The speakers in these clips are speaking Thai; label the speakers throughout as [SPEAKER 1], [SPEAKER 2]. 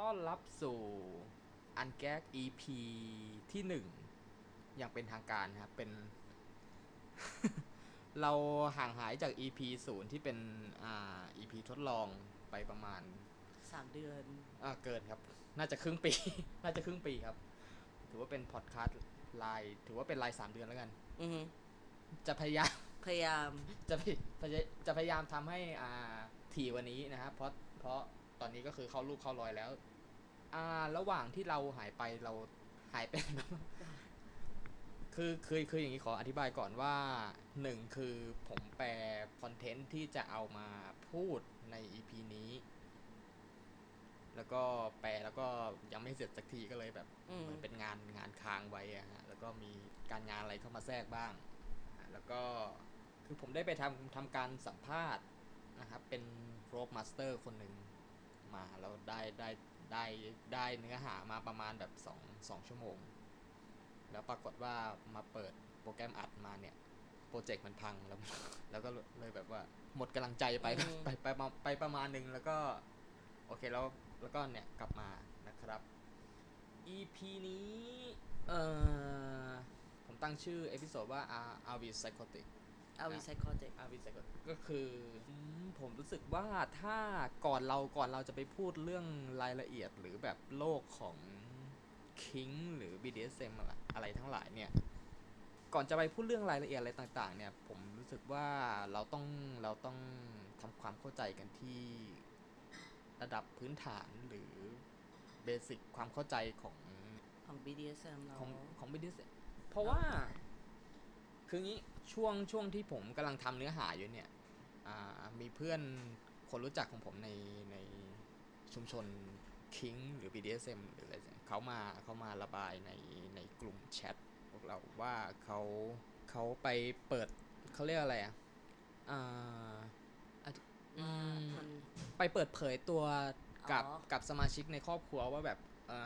[SPEAKER 1] ต้อนรับสู่อันแก๊ก EP ที่หนึ่งอย่างเป็นทางการนะครับ เป็น เราห่างหายจาก EP ศูนย์ที่เป็นอ่า EP ทดลองไปประมาณ
[SPEAKER 2] สามเดือน
[SPEAKER 1] อ่าเกินครับ น่าจะครึ่งปี น่าจะครึ่งปีครับ ถือว่าเป็นพอดคาสต์ลายถือว่าเป็นลายสามเดือนแล้วกัน
[SPEAKER 2] อือฮึ
[SPEAKER 1] จะพยายาม
[SPEAKER 2] พยายาม
[SPEAKER 1] จะพยจะพยายามทำให้อ่าถี่กวันนี้นะครับ เพราะเพราะตอนนี้ก็คือเข้ารูปเข้ารอยแล้ว อ่า ระหว่างที่เราหายไปเราหายไป คือคือคืออย่างนี้ขออธิบายก่อนว่าหนึ่งคือผมแปลคอนเทนต์ที่จะเอามาพูดใน EP นี้ แล้วก็แปลแล้วก็ยังไม่เสร็จสักทีก็เลยแบบ
[SPEAKER 2] อืม
[SPEAKER 1] เหมือนเป็นงานงานค้างไว้อะฮะ แล้วก็มีการงานอะไรเข้ามาแทรกบ้างอ่ะแล้วก็คือผมได้ไปทำทำการสัมภาษณ์นะครับ เป็นโรบมาสเตอร์คนหนึ่งมาแล้วได้ได้ได้ได้เนื้อหามาประมาณแบบสองสองชั่วโมง แล้วปรากฏว่ามาเปิดโปรแกรมอัดมาเนี่ย โปรเจกต์มันพังแล้ว แล้วก็เลยแบบว่าหมดกำลังใจไป ไปไปไปไปประมาณหนึ่งแล้วก็ โอเคแล้วแล้วก็เนี่ยกลับมานะครับ EP นี้ เอ่อ ผมตั้งชื่อเอพิโซดว่า Are Are We Psychotic
[SPEAKER 2] เอาวีไซคอเจก
[SPEAKER 1] Are We Psychotic ก็คืออืมผมรู้สึกว่าถ้าก่อนเราก่อนเราจะไปพูดเรื่องรายละเอียดหรือแบบโลกของ King หรือ BDSM อะไรอะไรทั้งหลายเนี่ย ก่อนจะไปพูดเรื่องรายละเอียดอะไรต่าง ๆ เนี่ย ผมรู้สึกว่าเราต้องเราต้องทำความเข้าใจกันที่ระดับพื้นฐานหรือเบสิกความเข้าใจของ
[SPEAKER 2] ของ BDSM เรา
[SPEAKER 1] ของของบิดิสเพราะว่า คืองี้ช่วงช่วงที่ผมกำลังทำเนื้อหาอยู่เนี่ยอ่ามีเพื่อนคนรู้จักของผมในในชุมชนคิงหรือ BDSM หรืออะไรสักอย่างเขามาเขามาระบายในในกลุ่มแชทพวกเราว่าเขาเขาไปเปิดเขาเรียกอะไรอ่ะอ่าอ่ะอืม
[SPEAKER 2] มัน
[SPEAKER 1] ไปเปิดเผยตัวกับ
[SPEAKER 2] อ๋อ
[SPEAKER 1] กับสมาชิกในครอบครัวว่าแบบอ่า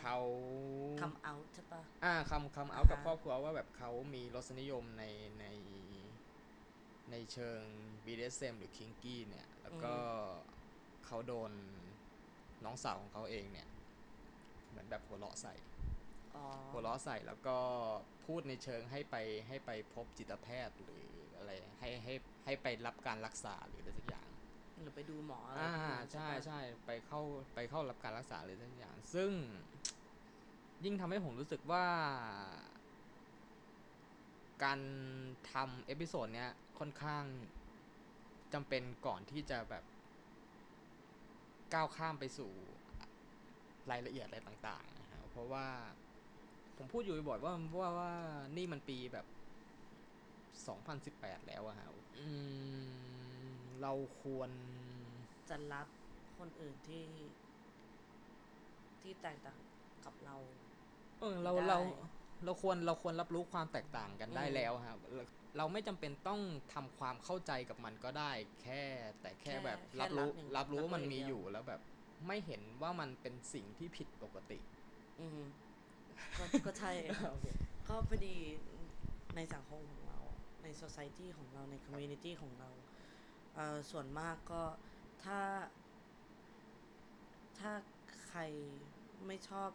[SPEAKER 1] เขา
[SPEAKER 2] คำเอาใช่ปะ
[SPEAKER 1] อ่าคำคำเอา
[SPEAKER 2] อ่าฮะ
[SPEAKER 1] กับครอบครัวว่าแบบเขามีรสนิยมในในในเชิง BDSM หรือ Kinky เนี่ย แล้วก็เขาโดนน้องสาวของเขาเองเนี่ย เหมือนแบบหัวเราะใส่
[SPEAKER 2] อ๋อ
[SPEAKER 1] หัวเราะใส่แล้วก็พูดในเชิงให้ไปให้ไปพบจิตแพทย์หรืออะไรให้ให้ให้ไปรับการรักษาหรืออะไรสักอย่าง
[SPEAKER 2] หรือไปดูหมออะไร
[SPEAKER 1] อ่า
[SPEAKER 2] ประ
[SPEAKER 1] ใช่
[SPEAKER 2] มาณนั้นปะ
[SPEAKER 1] ใช่ไปเข้าไปเข้ารับการรักษาเลยทั้งอย่าง ซึ่ง ยิ่งทำให้ผมรู้สึกว่า การทำเอพิโซดเนี้ยค่อนข้างจำเป็นก่อนที่จะแบบ ก้าวข้ามไปสู่รายละเอียดอะไรต่างๆนะฮะเพราะว่าผมพูดอยู่บ่อยๆว่าว่าว่านี่มันปีแบบ 2018 แล้วอะฮะอืมเราควร
[SPEAKER 2] จะรับคนอื่นที่ ที่แตกต่างกับเรา
[SPEAKER 1] เออเรา
[SPEAKER 2] ได้
[SPEAKER 1] เราเราควรเราควรรับรู้ความแตกต่างกันได้
[SPEAKER 2] อืม
[SPEAKER 1] แล้วครับเราเราไม่จำเป็นต้องทำความเข้าใจกับมันก็ได้ แค่แต่แค่
[SPEAKER 2] แค่
[SPEAKER 1] แบบ
[SPEAKER 2] แค่
[SPEAKER 1] รับรู้
[SPEAKER 2] รับอย่าง
[SPEAKER 1] รับรู้
[SPEAKER 2] รับรู้
[SPEAKER 1] ว่ามันมี
[SPEAKER 2] อย่างเดียว
[SPEAKER 1] อยู่แล้วแบบไม่เห็นว่ามันเป็นสิ่งที่ผิดปกติ
[SPEAKER 2] อืมก็ก็ใช่ ก็พอดีในสังคมของเรา ใน society ของเราใน community ของเราเอ่อส่วนมากก็ถ้า ถ้าใครไม่ชอบ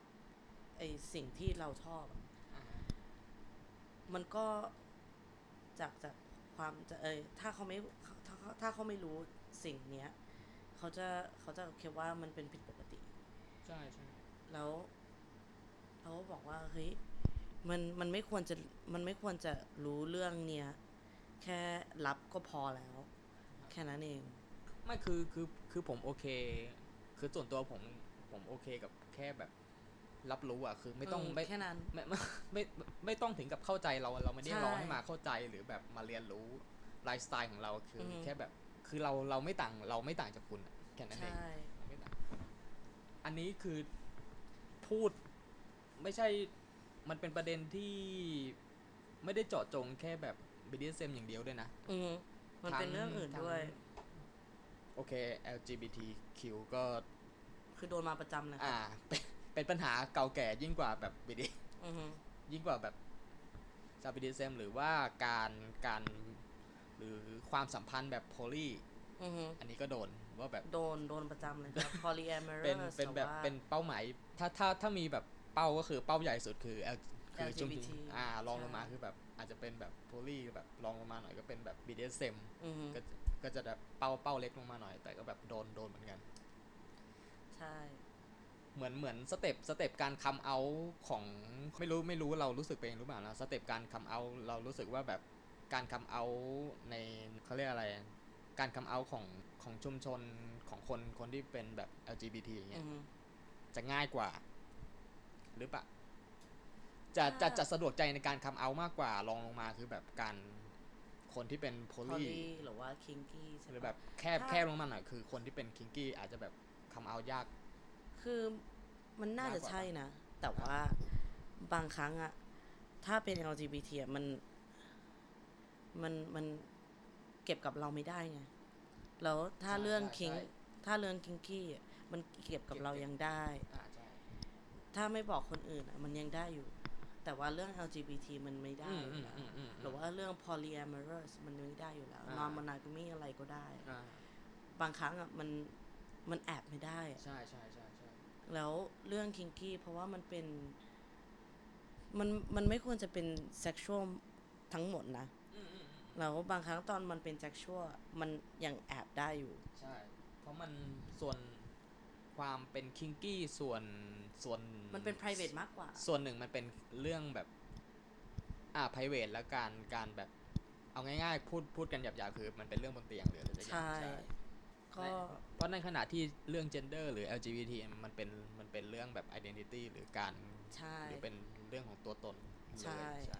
[SPEAKER 2] ไอสิ่งที่เราชอบอะมันก็จากจากความจะเอยถ้าเขาไม่ถ้าเขาถ้าเขาไม่รู้สิ่งเนี้ยเขาจะเขาจะคิดว่ามันเป็นผิดปกติ
[SPEAKER 1] ใช่ใช่
[SPEAKER 2] แล้วเราก็บอกว่าเฮ้ยมันมันไม่ควรจะมันไม่ควรจะรู้เรื่องเนี้ยแค่รับก็พอแล้ว แค่นั้นเอง
[SPEAKER 1] ไม่คือคือคือผมโอเค คือส่วนตัวผมผมโอเคกับแค่แบบ รับรู้อ่ะคือไม่ต้อง
[SPEAKER 2] อื
[SPEAKER 1] ไม่
[SPEAKER 2] แค่นั้น
[SPEAKER 1] ไม่ ไม่ไม่ไม่ไม่ต้องถึงกับเข้าใจเราเราไม่ได้
[SPEAKER 2] ใช่
[SPEAKER 1] ร้องให้มาเข้าใจหรือแบบมาเรียนรู้ไลฟ์สไตล์ของเราคืออ
[SPEAKER 2] ม
[SPEAKER 1] แค่แบบคือเราเราไม่ต่างเราไม่ต่างจากคุณอะแค่นั้นเอง
[SPEAKER 2] ใช่
[SPEAKER 1] เราไม่ต่างอันนี้คือพูดไม่ใช่มันเป็นประเด็นที่ไม่ได้เจาะจงแค่แบบ BDSM อย่างเดียวด้วยนะ
[SPEAKER 2] อืมมันเป็นเรื่องอื่น
[SPEAKER 1] ทั้ง
[SPEAKER 2] ด้วย
[SPEAKER 1] โอเค LGBTQ ก็
[SPEAKER 2] คือโดนมาประจำนะ
[SPEAKER 1] อ่า เป็นเป็นปัญหาเก่าแก่ยิ่งกว่าแบบ BD
[SPEAKER 2] อือฮึ
[SPEAKER 1] ยิ่งกว่าแบบซาบิดิเซมหรือว่าการการหรือความสัมพันธ์แบบโพลี
[SPEAKER 2] อือฮึ
[SPEAKER 1] อันนี้ก็โดน ว่าแบบ
[SPEAKER 2] โดนโดนประจำเลยครับ polyamorous
[SPEAKER 1] เป็นเป็นแบบ
[SPEAKER 2] ต่ว่า
[SPEAKER 1] เป็นเป้าหมายถ้าถ้าถ้ามีแบบเป้าก็คือเป้าใหญ่สุดคือ L คือ
[SPEAKER 2] LGBT
[SPEAKER 1] จุมอ่ารองลงมา
[SPEAKER 2] ใช่
[SPEAKER 1] คือแบบอาจจะเป็นแบบโพลีแบบรองลงมาหน่อยก็เป็นแบบ BDSM
[SPEAKER 2] อืม
[SPEAKER 1] ก็ก็จะแบบเป้าเป้าเล็กลงมาหน่อย แต่ก็แบบโดนโดนเหมือนกัน
[SPEAKER 2] ใช่
[SPEAKER 1] เหมือนเหมือนสเต็ปสเต็ปการคัมเอาของไม่รู้ไม่รู้เรารู้สึกไปเองหรือเปล่านะสเต็ปการคัมเอาเรารู้สึกว่าแบบการคัมเอาในเขาเรียกอะไร การคัมเอาของของชุมชนของคนคนที่เป็นแบบ LGBT อย่างเงี้
[SPEAKER 2] อื
[SPEAKER 1] ย
[SPEAKER 2] ม
[SPEAKER 1] จะง่ายกว่า หรือเปะจะ
[SPEAKER 2] อ่า
[SPEAKER 1] จะจะสะดวกใจในการคัมเอามากกว่าลองลงมาคือแบบการคนที่เป็นโพลี
[SPEAKER 2] poly หรือว่า kinky ใช่
[SPEAKER 1] หรือ
[SPEAKER 2] ปะ
[SPEAKER 1] แบบแคบ
[SPEAKER 2] ถ้า
[SPEAKER 1] แคบลงมาหน่อยคือคนที่เป็นคิงกี้อาจจะแบบคัมเอายาก
[SPEAKER 2] คือมันน่าจะใช่นะ แต่ว่าบางครั้งอะถ้าเป็น LGBT อะมันมันมันเก็บกับเราไม่ได้ไง แล้วถ้า
[SPEAKER 1] ใช่
[SPEAKER 2] เรื่อง
[SPEAKER 1] ใช่
[SPEAKER 2] คิง
[SPEAKER 1] ใช่
[SPEAKER 2] ถ้าเรื่องคิงกี้อะมันเก็บกับเรายังได้
[SPEAKER 1] อ่าใช่
[SPEAKER 2] ถ้าไม่บอกคนอื่นอะมันยังได้อยู่ แต่ว่าเรื่อง LGBT มันไม่ได้อยู่แล้ว
[SPEAKER 1] อืมอืมอืมอืม
[SPEAKER 2] หรือว่าเรื่อง polyamorous มันไม่ได้อยู่แล้ว
[SPEAKER 1] อ่า
[SPEAKER 2] non-monogamy อะไรก็ได้
[SPEAKER 1] อ่า
[SPEAKER 2] บางครั้งอะมันมันแอบไม่ได้อะ
[SPEAKER 1] ใช่ใช่ใช่ใช่
[SPEAKER 2] แล้วเรื่องคิงกี้เพราะว่ามันเป็น มันมันไม่ควรจะเป็นเซ็กชวลทั้งหมดนะแล้วบางครั้งตอนมันเป็นเซ็กชวลมันยังแอบได้อยู่
[SPEAKER 1] ใช่ เพราะมันส่วนความเป็นคิงกี้ส่วนส่วน
[SPEAKER 2] มันเป็น p r i v a t มากกว่า
[SPEAKER 1] ส่วนหนึ่งมันเป็นเรื่องแบบ อ่า p r i v a t แล้วการการแบบ เอาง่ายๆ พูดพูดกันหยาบๆ คือมันเป็นเรื่องบนเตียงหรืออะไรสักอย่าง
[SPEAKER 2] ใช่
[SPEAKER 1] ใช่
[SPEAKER 2] ก็
[SPEAKER 1] เพราะในขณะที่เรื่อง gender หรือ LGBT มันเป็นมันเป็นเรื่องแบบ identity หรือการ
[SPEAKER 2] ใช่
[SPEAKER 1] หรือเป็นเรื่องของตัวตนเลย
[SPEAKER 2] ใช่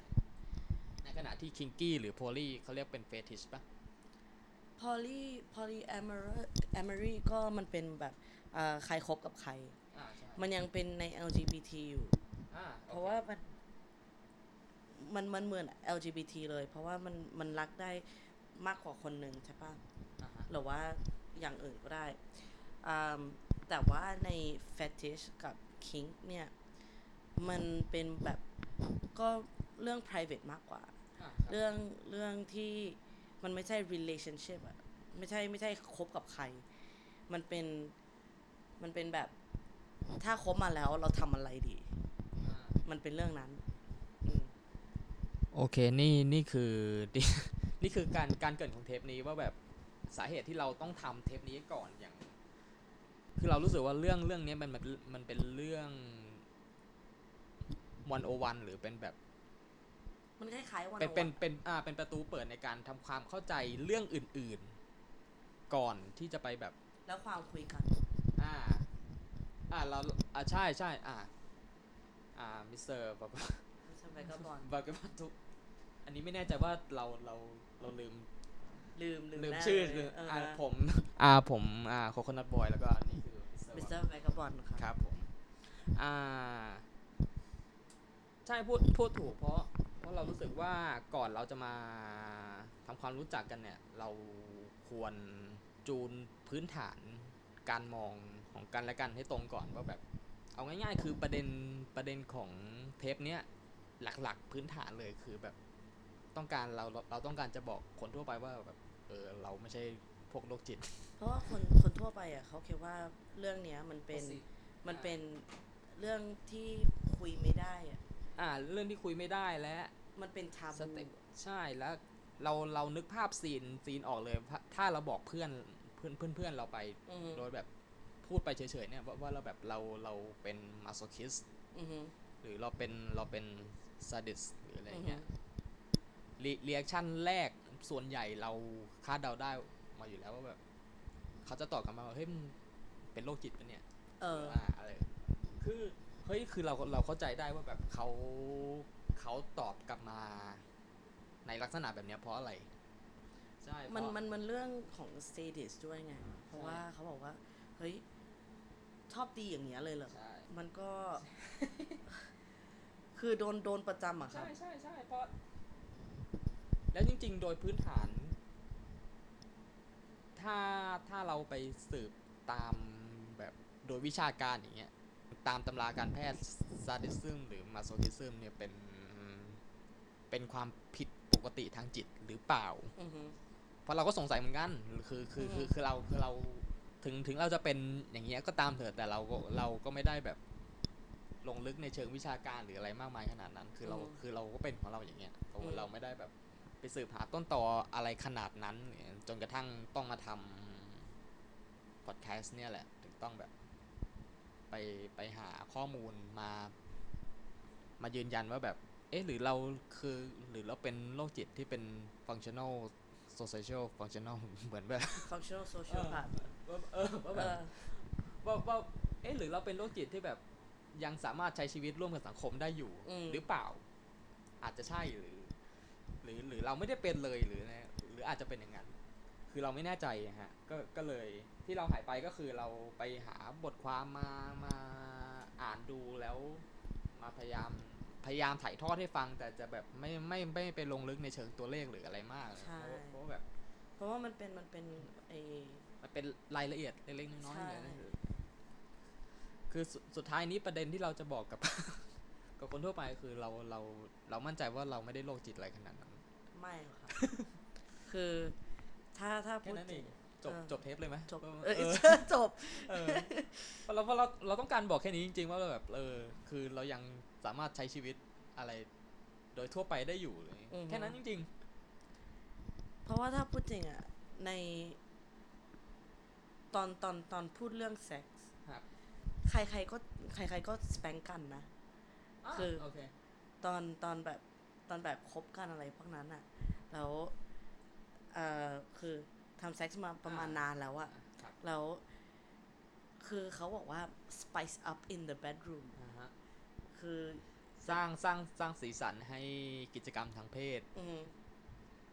[SPEAKER 1] ในขณะที่คิงกี้หรือโพลีเขาเรียกเป็นเฟติชปะ
[SPEAKER 2] poly poly amory ก็มันเป็นแบบเอ่อใครคบกับใคร
[SPEAKER 1] อ่าใช่
[SPEAKER 2] มันยังเป็นใน LGBT อยู่
[SPEAKER 1] อ่า
[SPEAKER 2] เพราะว่ามันมันมันเหมือน LGBT เลย เพราะว่ามันมันรักได้มากกว่าคนหนึ่งใช่ปะ
[SPEAKER 1] อ่าฮะ
[SPEAKER 2] หรือว่าอย่างอื่นก็ได้อืมแต่ว่าใน fetish กับ kink เนี่ย มันเป็นแบบก็เรื่อง private มากกว่า
[SPEAKER 1] อ่าครับ
[SPEAKER 2] เรื่องเรื่องที่มันไม่ใช่ relationship อะไม่ใช่ไม่ใช่คบกับใคร มันเป็นมันเป็นแบบถ้าคบมาแล้วเราทำอะไรดี มันเป็นเรื่องนั้นอืม
[SPEAKER 1] โอเค นี่ นี่คือ นี่นี่คือการ การเกรินของเทปนี้ว่าแบบสาเหตุที่เราต้องทำเทปนี้ก่อนอย่าง คือเรารู้สึกว่าเรื่องเรื่องนี้มันมันมันเป็นเรื่องวันโอวันหรือเป็นแบบ
[SPEAKER 2] มันคล้ายๆวัน
[SPEAKER 1] เป็นเป็นเป็นอ่าเป็นประตูเปิดในการทำความเข้าใจเรื่องอื่น ๆ ก่อนที่จะไปแบบ
[SPEAKER 2] แล้วความคุยกัน
[SPEAKER 1] อ่า อ่าเราอ่าใช่ใช่อ่าอ่ามิสเตอร์แบบ
[SPEAKER 2] ใช่ไหมก็บอล
[SPEAKER 1] บาเกบันทุกอันนี้ไม่แน่ใจว่าเราเราเราลืม
[SPEAKER 2] ลืมลื
[SPEAKER 1] ลืม
[SPEAKER 2] มหน้า
[SPEAKER 1] ชื่อ
[SPEAKER 2] เลย
[SPEAKER 1] ลืม
[SPEAKER 2] เออ
[SPEAKER 1] อ่า
[SPEAKER 2] อ
[SPEAKER 1] ผม อ่าผมอ่าโคคนัทบอยแล้วก็อันนี่คือ Mr.
[SPEAKER 2] มิสเตอ
[SPEAKER 1] Wang
[SPEAKER 2] ร์แบกบอล
[SPEAKER 1] ค
[SPEAKER 2] ค่ะ
[SPEAKER 1] รับผมอ่าใช่พูดพูดถูกเพราะเพราะเรารู้สึกว่าก่อนเราจะมาทำความรู้จักกันเนี่ย เราควรจูนพื้นฐานการมองของกันและกันให้ตรงก่อนว่าแบบ เอาง่ายๆ คือประเด็นประเด็นของเทปเนี้ยหลักๆพื้นฐานเลยคือแบบต้องการเราเราเราต้องการจะบอกคนทั่วไปว่าแบบเออเราไม่ใช่พวกโรคจิต
[SPEAKER 2] เพราะว่าคนคนทั่วไปอ่ะเขาคิดว่าเรื่องเนี้ยมันเป็นมันเป็นเรื่องที่คุยไม่ได้อ่ะ
[SPEAKER 1] อ่าเรื่องที่คุยไม่ได้และ
[SPEAKER 2] มันเป็นทา
[SPEAKER 1] ส
[SPEAKER 2] บู
[SPEAKER 1] เต็ปใช่แล้วเราเรานึกภาพซีนซีนออกเลยถ้าถ้าเราบอกเพื่อนเพื่อนเพื่อนเพื่อนเราไป
[SPEAKER 2] อือฮึ
[SPEAKER 1] โดยแบบพูดไปเฉยๆเนี่ยว่าว่าเราแบบเราเราเป็นมาโซคิส
[SPEAKER 2] อือฮึ
[SPEAKER 1] หรือเราเป็นเราเป็นซาดิสหรืออะไร
[SPEAKER 2] อือฮึ
[SPEAKER 1] เงี้ยเรีแอคชั่นแรกส่วนใหญ่เราคาดเดาได้มาอยู่แล้วว่าแบบเขาจะตอบกลับมาว่าเฮ้ยมึงเป็นโรคจิตปะเนี่ย
[SPEAKER 2] เออ
[SPEAKER 1] อ่าอะไร คือ เฮ้ย คือเรา เราเข้าใจได้ว่าแบบเขาเขาตอบกลับมา ในลักษณะแบบเนี้ยเพราะอะไร ใช่เพ
[SPEAKER 2] มัน
[SPEAKER 1] ราะ
[SPEAKER 2] มันมันเรื่องของสเต t u s ด้วยไง เพราะ
[SPEAKER 1] ใช่
[SPEAKER 2] ว่าเขาบอกว่า เฮ้ย ชอบดีอย่างเงี้ยเลยเหรอ
[SPEAKER 1] ใช่
[SPEAKER 2] มันก็ คือโดนโดนประจำอ่ะครั
[SPEAKER 1] ใช่
[SPEAKER 2] บ
[SPEAKER 1] ใช่ใช่เพราะ แล้วจริง ๆ โดยพื้นฐาน ถ้าถ้าเราไปสืบตามแบบโดยวิชาการอย่างเงี้ย ตามตำราการแพทย์ซาดิซึมหรือมาโซคิซึมเนี่ยเป็น เป็นความผิดปกติทางจิตหรือเปล่า
[SPEAKER 2] อือฮึ
[SPEAKER 1] เพราะเราก็สงสัยเหมือนกัน คือคือคือคือเราคือเรา ถึงถึงเราจะเป็นอย่างเงี้ยก็ตามเถิดแต่เราก็เราก็ไม่ได้แบบลงลึกในเชิงวิชาการหรืออะไรมากมายขนาดนั้น คือเรา
[SPEAKER 2] อืม
[SPEAKER 1] คือเราก็เป็นของเราอย่างเงี้ยเรา
[SPEAKER 2] อืม
[SPEAKER 1] เราไม่ได้แบบไปสืบหาต้นต่ออะไรขนาดนั้นเนี่ยจนกระทั่งต้องมาทำพอดแคสต์เนี่ยแหละ ถึงต้องแบบ ไปไปหาข้อมูลมา มายืนยันว่าแบบ เอ๊ะ หรือเราคือ หรือเราเป็นโรคจิตที่เป็น functional social functional เหมือนแบบ
[SPEAKER 2] functional social
[SPEAKER 1] เออ
[SPEAKER 2] part
[SPEAKER 1] ว่าเออว่าแบ
[SPEAKER 2] เอบ อ
[SPEAKER 1] ว่าว่าเอ๊ะ หรือเราเป็นโรคจิตที่แบบ ยังสามารถใช้ชีวิตร่วมกับสังคมได้อยู่
[SPEAKER 2] อืม
[SPEAKER 1] หรือเปล่า อาจจะใช่หรือ หรือหรือเราไม่ได้เป็นเลยหรือไงหรืออาจจะเป็นอย่างนั้น คือเราไม่แน่ใจอะฮะก็ก็เลยที่เราหายไปก็คือเราไปหาบทความมามาอ่านดูแล้วมาพยายามพยายามถ่ายทอดให้ฟัง แต่จะแบบไม่ไม่ไม่ไปลงลึกในเชิงตัวเลขหรืออะไรมาก
[SPEAKER 2] ใช่
[SPEAKER 1] เพราะว่าแบบ
[SPEAKER 2] เพราะว่ามันเป็นมันเป็นไอ
[SPEAKER 1] มันเป็นรายละเอียดเล็กๆน้อยๆ
[SPEAKER 2] ใช่
[SPEAKER 1] เลยนะคือคือสุดสุดท้ายนี้ประเด็นที่เราจะบอกกับ กับคนทั่วไปคือเราเราเรามั่นใจว่าเราไม่ได้โรคจิตอะไรขนาดนั้น
[SPEAKER 2] ไม่หรอกค่ะ คือถ้าถ้า
[SPEAKER 1] แค่
[SPEAKER 2] พูด
[SPEAKER 1] นั้นเอ
[SPEAKER 2] ถึ
[SPEAKER 1] ง
[SPEAKER 2] ง
[SPEAKER 1] จบ
[SPEAKER 2] เออ
[SPEAKER 1] จบเทปเลยไหม
[SPEAKER 2] จบ
[SPEAKER 1] ว่า
[SPEAKER 2] เอ
[SPEAKER 1] เออ
[SPEAKER 2] อ จบ
[SPEAKER 1] เออเพราะเราเพราะเราเราต้องการบอกแค่นี้จริงๆ ว่าเราแบบเออ คือเรายังสามารถใช้ชีวิตอะไร โดยทั่วไปได้อยู่เลย
[SPEAKER 2] อือฮึ
[SPEAKER 1] แค่นั้นจริง
[SPEAKER 2] เพราะว่าถ้าพูดจริงอะใน ตอนตอนตอนพูดเรื่องเซ็กส์
[SPEAKER 1] ครับ
[SPEAKER 2] ใครใครก็ใครใครก็สแปงกันนะ
[SPEAKER 1] ๆ
[SPEAKER 2] คือ
[SPEAKER 1] โอเค
[SPEAKER 2] ตอนตอนแบบตอนแบบคบกันอะไรพวกนั้นอะแล้วเอ่อคือทำเซ็กส์มาประมาณนานแล้วอะ
[SPEAKER 1] ครับ
[SPEAKER 2] แล้ว คือเขาบอกว่า spice up in the bedroom
[SPEAKER 1] อ่าฮะ
[SPEAKER 2] คือ
[SPEAKER 1] สร้างสร้างสร้างสีสันให้กิจกรรมทางเพศ
[SPEAKER 2] อืม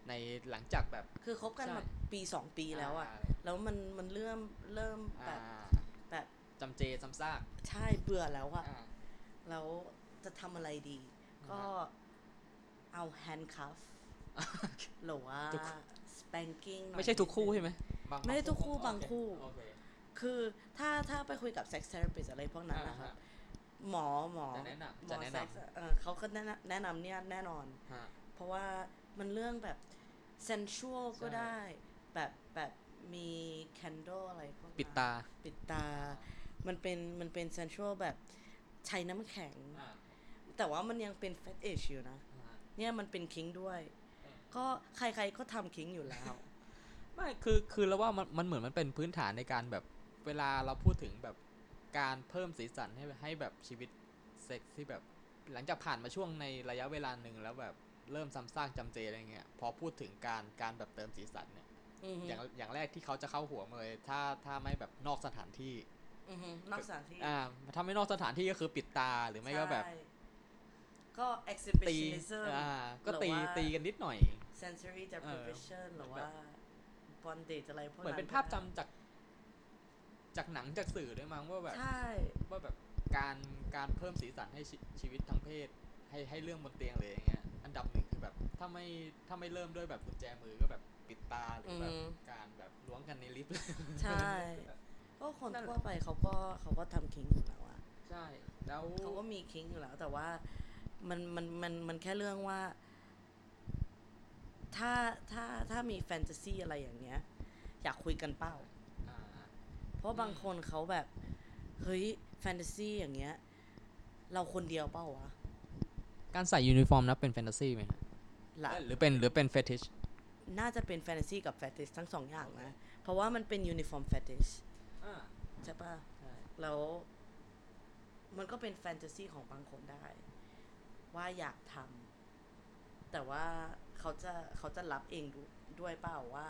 [SPEAKER 1] ในหลังจากแบบ
[SPEAKER 2] คือคบกันมาปีสองปีแล้วอะแล้วมันมันเริ่มเริ่มแบ
[SPEAKER 1] อ่า
[SPEAKER 2] บแบบ
[SPEAKER 1] จำเจจำซาก
[SPEAKER 2] ใช่เบื่อแล้วอะ
[SPEAKER 1] อ่า
[SPEAKER 2] แล้วจะทำอะไรดี
[SPEAKER 1] อ่าฮะ
[SPEAKER 2] ก็เอาแฮนด์คั ฟหรือว่า
[SPEAKER 1] ทุกคู่
[SPEAKER 2] ส p ป n กิ้ง
[SPEAKER 1] ไม่ใช่ทุกคู่ใช่ไหมบาง
[SPEAKER 2] ไม่ได้ทุกคู่บางคู่
[SPEAKER 1] โอเ
[SPEAKER 2] คือถ้าถ้าไปคุยกับเซ็กซ์เทอราปิสอะไรพวกนั้น
[SPEAKER 1] อ่า
[SPEAKER 2] นะค
[SPEAKER 1] ฮ
[SPEAKER 2] รับ หมอหมอ
[SPEAKER 1] จะแนะนำ
[SPEAKER 2] หม
[SPEAKER 1] จะ
[SPEAKER 2] อ
[SPEAKER 1] แนะน
[SPEAKER 2] เซ็กซ์เอ่อเขาก็แนะนำแนะนำเนี่ยแน่นอน
[SPEAKER 1] ำฮะ
[SPEAKER 2] เพราะว่ามันเรื่องแบบเซนชวลก็
[SPEAKER 1] ใช่
[SPEAKER 2] ได้ แบบแบบมีแคนโดอะไรพวกนั้น
[SPEAKER 1] ปิดตา
[SPEAKER 2] ปิดตา มันเป็นมันเป็นเซนชวลแบบใช้น้ำแข็ง
[SPEAKER 1] อ่า
[SPEAKER 2] แต่ว่ามันยังเป็นเฟตเอชอยู่นะ
[SPEAKER 1] อ่า
[SPEAKER 2] เนี่ยมันเป็นคิงด้วย ก็ใครๆก็ทำคิงอยู่แล้ว
[SPEAKER 1] ไม่คือคือเราว่ามันมันเหมือนมันเป็นพื้นฐานในการแบบเวลาเราพูดถึงแบบการเพิ่มสีสันให้ให้แบบชีวิตเซ็กซ์ที่แบบหลังจากผ่านมาช่วงในระยะเวลาหนึ่งแล้วแบบเริ่มซ้ำซากจำเจอะไรเงี้ยพอพูดถึงการการแบบเติมสีสันเนี่ย
[SPEAKER 2] อือฮึ
[SPEAKER 1] อย่างอย่างแรกที่เขาจะเข้าหัวมาเลยถ้าถ้าไม่แบบนอกสถานที่
[SPEAKER 2] อือฮึนอกสถานที่
[SPEAKER 1] อ่าถ้าไม่นอกสถานที่ก็คือปิดตาหรือไม่ก็แบบ
[SPEAKER 2] ใช่ก็
[SPEAKER 1] ตี
[SPEAKER 2] exhibitionism
[SPEAKER 1] อ่าก็ตี
[SPEAKER 2] หรือว่า
[SPEAKER 1] ตีกันนิดหน่อย
[SPEAKER 2] sensory deprivation หรือว่า bondage อะไรพวก
[SPEAKER 1] เหมือนเป็นภาพจำจากจากหนังจากสื่อด้วยมั้งว่าแบบ
[SPEAKER 2] ใช่
[SPEAKER 1] ว่าแบบการการเพิ่มสีสันให้ชีชีวิตทางเพศ ให้ให้เรื่องบนเตียงเลยอย่างเงี้ยอันดับหนึ่งคือแบบถ้าไม่ถ้าไม่เริ่มด้วยแบบกุญแจมือก็แบบปิดตาหรือ
[SPEAKER 2] อื
[SPEAKER 1] อแบบ
[SPEAKER 2] ม
[SPEAKER 1] การแบบล้วงกันในลิฟต์
[SPEAKER 2] ใช่ ก็คนทั่วไปเขาก็เขาก็ทำคิงอยู่แล้วอะ
[SPEAKER 1] ใช่ แล้ว
[SPEAKER 2] เขาก็มีคิงอยู่แล้ว แต่ว่ามันมันมันมันแค่เรื่องว่า ถ้าถ้าถ้ามีแฟนตาซีอะไรอย่างเงี้ย อยากคุยกันเปล่า
[SPEAKER 1] อ่า
[SPEAKER 2] เพราะบาง
[SPEAKER 1] อืม
[SPEAKER 2] คนเขาแบบ เฮ้ย แฟนตาซีอย่างเงี้ย เราคนเดียวเปล่าวะ
[SPEAKER 1] การใส่ยูนิฟอร์มนับเป็นแฟนตาซีไหมฮะ
[SPEAKER 2] ละ
[SPEAKER 1] หรือเป็นหรือเป็นเฟติช
[SPEAKER 2] น่าจะเป็นแฟนตาซีกับแฟติชทั้งสองอย่างนะ เพราะว่ามันเป็นยูนิฟอร์มแฟติช
[SPEAKER 1] อ่า
[SPEAKER 2] ใช่ปะ
[SPEAKER 1] ใช่
[SPEAKER 2] แล้ว มันก็เป็นแฟนตาซีของบางคนได้ ว่าอยากทำแต่ว่าเขาจะเขาจะรับเองดูด้วยเปล่าว่า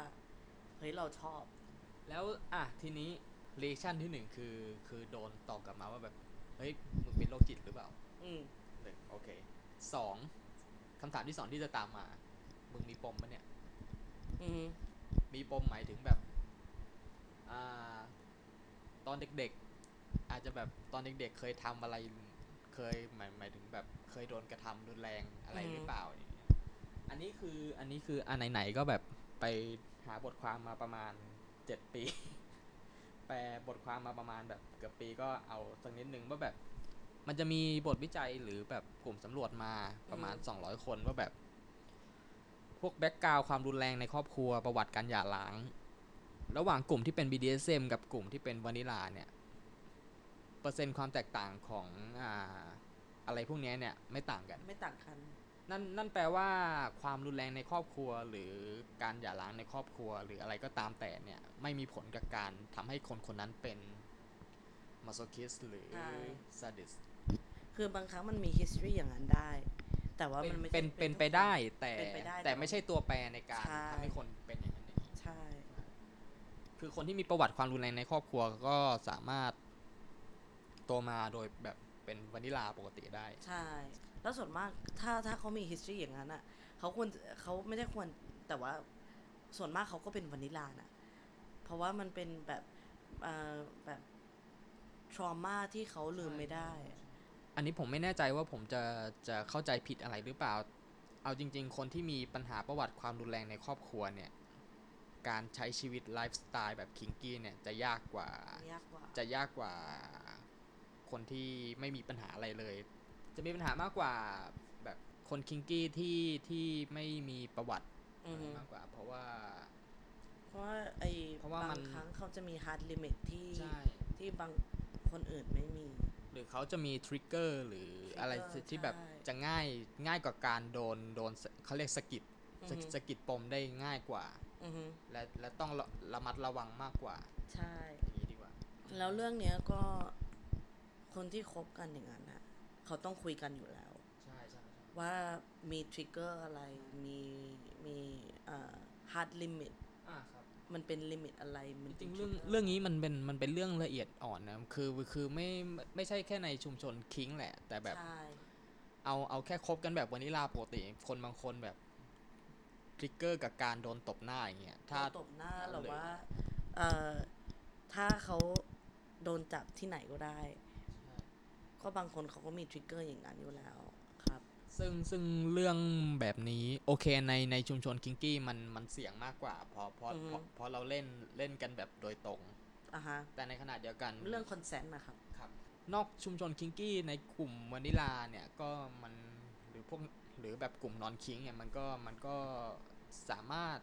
[SPEAKER 2] เฮ้ย เราชอบ
[SPEAKER 1] แล้วอ่ะทีนี้รีชั่นที่หนึ่งคือคือโดนตอบกลับมาว่าแบบ เฮ้ยมึงเป็นโรคจิตหรือเปล่า
[SPEAKER 2] อืม
[SPEAKER 1] หนึ่งโอเคสองคำถามที่สองที่จะตามมา มึงมีปมปะเนี่ย
[SPEAKER 2] อืม
[SPEAKER 1] มีปมหมายถึงแบบอ่าตอนเด็กๆ อาจจะแบบตอนเด็กๆ เคยทำอะไร เคยหมายหมายถึงแบบเคยโดนกระทำรุนแรงอะไร
[SPEAKER 2] อืม
[SPEAKER 1] หรือเปล่าอย่างเงี้ยอันนี้คืออันนี้คืออันไหนๆก็แบบไปหาบทความมาประมาณเจ็ดปี แปลบทความมาประมาณแบบเกือบปีก็เอาสักนิดนึงว่าแบบ มันจะมีบทวิจัยหรือแบบกลุ่มสำรวจมาประมาณ
[SPEAKER 2] อืม
[SPEAKER 1] 200 คนว่าแบบ พวกแบ็กกราวความรุนแรงในครอบครัวประวัติการหย่าร้าง ระหว่างกลุ่มที่เป็น BDSM กับกลุ่มที่เป็นวานิลาเนี่ย เปอร์เซ็นต์ความแตกต่างของอ่าอะไรพวกเนี้ยเนี่ยไม่ต่างกัน
[SPEAKER 2] ไม่ต่างกัน
[SPEAKER 1] นั่นนั่นแปลว่าความรุนแรงในครอบครัว หรือการหย่าร้างในครอบครัว หรืออะไรก็ตามแต่เนี่ย ไม่มีผลกับการทำให้คนคนนั้นเป็นมาโซคิสหรือ
[SPEAKER 2] ใช่
[SPEAKER 1] ซาดิส
[SPEAKER 2] คือบางครั้งมันมี history อย่างนั้นได้ แต่ว่ามันไม่ใช่
[SPEAKER 1] เป็นเป็น
[SPEAKER 2] ทุก
[SPEAKER 1] ไปได้
[SPEAKER 2] ค
[SPEAKER 1] แต่
[SPEAKER 2] เป็นไปได้
[SPEAKER 1] แต่ไม่ใช่ตัวแปรในการ
[SPEAKER 2] ใช่
[SPEAKER 1] ทำให้คนเป็นอย่างนั้นอย่างนี้
[SPEAKER 2] นใช่
[SPEAKER 1] คือคนที่มีประวัติความรุนแรงในครอบครัวก็สามารถโตมาโดยแบบเป็นวานิลาปกติได้
[SPEAKER 2] ใช่ แล้วส่วนมากถ้าถ้าเขามี history อย่างนั้นอ่ะเขาควรเขาไม่ได้ควรแต่ว่าส่วนมากเขาก็เป็นวานิลานะเพราะว่ามันเป็นแบบเอ่อแบบ trauma ที่เขาลืมไม่ได้
[SPEAKER 1] อันนี้ผมไม่แน่ใจว่าผมจะจะเข้าใจผิดอะไรหรือเปล่า เอาจริง ๆ คนที่มีปัญหาประวัติความรุนแรงในครอบครัวเนี่ย การใช้ชีวิตไลฟ์สไตล์แบบคิงกี้เนี่ยจะยากกว่า
[SPEAKER 2] ยากกว่า
[SPEAKER 1] จะยากกว่าคนที่ไม่มีปัญหาอะไรเลย จะมีปัญหามากกว่าแบบคนคิงกี้ที่ที่ไม่มีประวัติ
[SPEAKER 2] อือฮึ
[SPEAKER 1] มากกว่า เพราะว่า
[SPEAKER 2] เพราะว่าไอ้
[SPEAKER 1] เพราะว่า
[SPEAKER 2] บา
[SPEAKER 1] มัน
[SPEAKER 2] งครั้งเขาจะมี hard limit ที่
[SPEAKER 1] ใช่
[SPEAKER 2] ที่บางคนอื่นไม่มี
[SPEAKER 1] หรือเขาจะมีทริกเกอร์หรืออะไร
[SPEAKER 2] trigger
[SPEAKER 1] ที่แบบ
[SPEAKER 2] ใช่
[SPEAKER 1] จะง่ายง่ายกว่าการโดนโดนเขาเรียกสะกิด
[SPEAKER 2] อือ
[SPEAKER 1] สะ
[SPEAKER 2] ฮึ
[SPEAKER 1] สะกิดปมได้ง่ายกว่า
[SPEAKER 2] อือฮึ
[SPEAKER 1] และและต้องระระมัดระวังมากกว่า
[SPEAKER 2] ใช่
[SPEAKER 1] อย่างนี้ดีกว่า
[SPEAKER 2] แล้วเรื่องเนี้ยก็คนที่คบกันอย่างนั้นอ่ะ เขาต้องคุยกันอยู่แล้ว
[SPEAKER 1] ใช่ใช่ใช่
[SPEAKER 2] ว่ามีทริกเกอร์อะไร มีมีเอ่อ hard limit
[SPEAKER 1] อ่าครับ
[SPEAKER 2] มันเป็นลิมิตอะไร มั
[SPEAKER 1] จ
[SPEAKER 2] น
[SPEAKER 1] ริงๆ
[SPEAKER 2] ป็น
[SPEAKER 1] เรื่อง
[SPEAKER 2] trigger
[SPEAKER 1] เรื่องนี้มันเป็นมันเป็นเรื่องละเอียดอ่อนนะคือคือไม่ไม่ใช่แค่ในชุมชนคิงแหละ แต่แบบ
[SPEAKER 2] ใช่
[SPEAKER 1] เอาเอาแค่คบกันแบบวานิลาปกติ คนบางคนแบบทริกเกอร์กับการโดนตบหน้าอย่างเงี้ยถ้า
[SPEAKER 2] โดนตบหน้า
[SPEAKER 1] ถ้า
[SPEAKER 2] หรือ
[SPEAKER 1] เลย
[SPEAKER 2] ว่าเอ่อถ้าเขาโดนจับที่ไหนก็ได้ ก็บางคนเขาก็มีทริกเกอร์อย่างนั้นอยู่แล้วครับ
[SPEAKER 1] ซึ่งซึ่งเรื่องแบบนี้โอเคในในชุมชนคิงกี้มันมันเสี่ยงมากกว่าเพราะเพราะ
[SPEAKER 2] อือฮึ
[SPEAKER 1] เพราะเพราะเราเล่นเล่นกันแบบโดยตรง
[SPEAKER 2] อ่ะฮะ
[SPEAKER 1] แต่ในขณะเดียวกัน
[SPEAKER 2] เรื่องคอนเซนต์นะครับ
[SPEAKER 1] ครับนอกชุมชนคิงกี้ในกลุ่มวานิลาเนี่ยก็มันหรือพวกหรือแบบกลุ่มนอนคิงเนี่ยมันก็มันก็สามารถ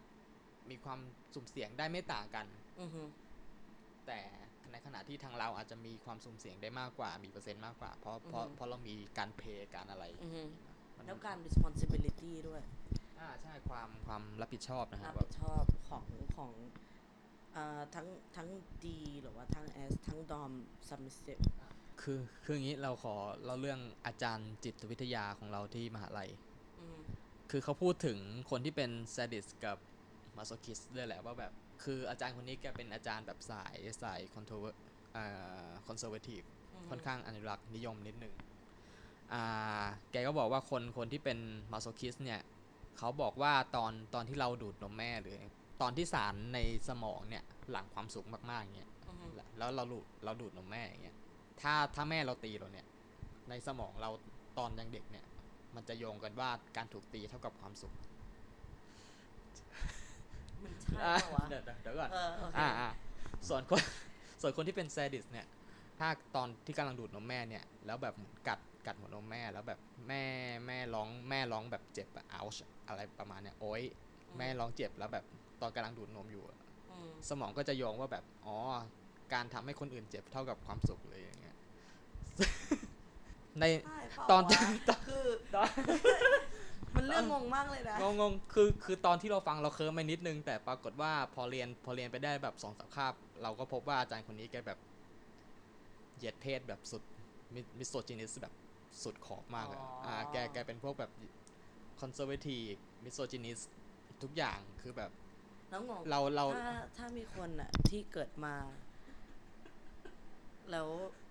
[SPEAKER 1] มีความสุ่มเสี่ยงได้ไม่ต่างกัน
[SPEAKER 2] อือฮึ
[SPEAKER 1] แต่ในขณะที่ทางเราอาจจะมีความสุ่มเสี่ยงได้มากกว่ามีเปอร์เซ็นต์มากกว่าเพราะเพราะเพราะเรามีการเพย์การอะไร
[SPEAKER 2] อือฮึ
[SPEAKER 1] มัน
[SPEAKER 2] แล้วการ responsibility ด้วย
[SPEAKER 1] อ่าใช่ความความรับผิดชอบนะฮะ
[SPEAKER 2] รับ
[SPEAKER 1] แบ
[SPEAKER 2] ผิ
[SPEAKER 1] บ
[SPEAKER 2] ดชอบของของเอ่อทั้งทั้งดีหรือว่าทั้งแอสทั้งดอม submissive
[SPEAKER 1] คือคืออย่างนี้เราขอเราเรื่องอาจารย์จิตวิทยาของเราที่มหาลัย
[SPEAKER 2] อืม
[SPEAKER 1] คือเขาพูดถึงคนที่เป็นซาดิสกับมาโซคิสด้วยแหละว่าแบบ คืออาจารย์คนนี้แกเป็นอาจารย์แบบสายสายคอนโทรเอ่อคอนเซอร์เวทีฟ
[SPEAKER 2] ม
[SPEAKER 1] ค่อนข้างอนุรักษ์นิยมนิดนึงอ่าแกก็บอกว่าคนคนที่เป็นมาโซคิสเนี่ยเขาบอกว่าตอนตอนที่เราดูดนมแม่หรือ ตอนที่สารในสมองเนี่ยหลั่งความสุขมากๆอย่างเงี้ย
[SPEAKER 2] อือฮึ
[SPEAKER 1] แล้วแล้วเราดูดเราดูดนมแม่อย่างเงี้ย ถ้าถ้าแม่เราตีเราเนี่ย ในสมองเราตอนยังเด็กเนี่ย มันจะโยงกันว่าการถูกตีเท่ากับความสุข
[SPEAKER 2] มันใช่
[SPEAKER 1] อ่ะ
[SPEAKER 2] ปะวะ
[SPEAKER 1] เดี๋ยวเดี๋ยวเดี๋ยวก่อน
[SPEAKER 2] เออโอเค
[SPEAKER 1] อ่าอ่าส่วนคน ส่วนคนที่เป็นแซดิสเนี่ย ถ้าตอนที่กำลังดูดนมแม่เนี่ย แล้วแบบเหมือนกัดกัดหัวนมแม่แล้วแบบแม่แม่ร้องแม่ร้องแบบเจ็บอะเอาอะไรประมาณเนี่ยโอ๊ยแม่ร้องเจ็บแล้วแบบตอนกำลังดูดนมอยู่อะ
[SPEAKER 2] อืม
[SPEAKER 1] สมองก็จะโยงว่าแบบอ๋อการทำให้คนอื่นเจ็บเท่ากับความสุขเลยอย่างเงี้ย ใน
[SPEAKER 2] ใช่ปะ
[SPEAKER 1] ตอน
[SPEAKER 2] วะคือมันเรื่องงงมากเลยนะ
[SPEAKER 1] งงงๆคือ คือตอนที่เราฟังเราเคิร์มไปนิดนึง แต่ปรากฏว่าพอเรียน พอเรียนไปได้แบบสองสามคาบ เราก็พบว่าอาจารย์คนนี้แกแบบ เหยียดเพศแบบสุด มิสโซจินิสแบบสุดขอบมากอะ
[SPEAKER 2] อ๋ออ่
[SPEAKER 1] ่า แก แกเป็นพวกแบบคอนเซอร์เวทีมิสโซจินิสทุกอย่าง คือแบบ
[SPEAKER 2] แล้วงง
[SPEAKER 1] เรา เรา
[SPEAKER 2] ถ้าถ้ามีคนอะที่เกิดมา แล้ว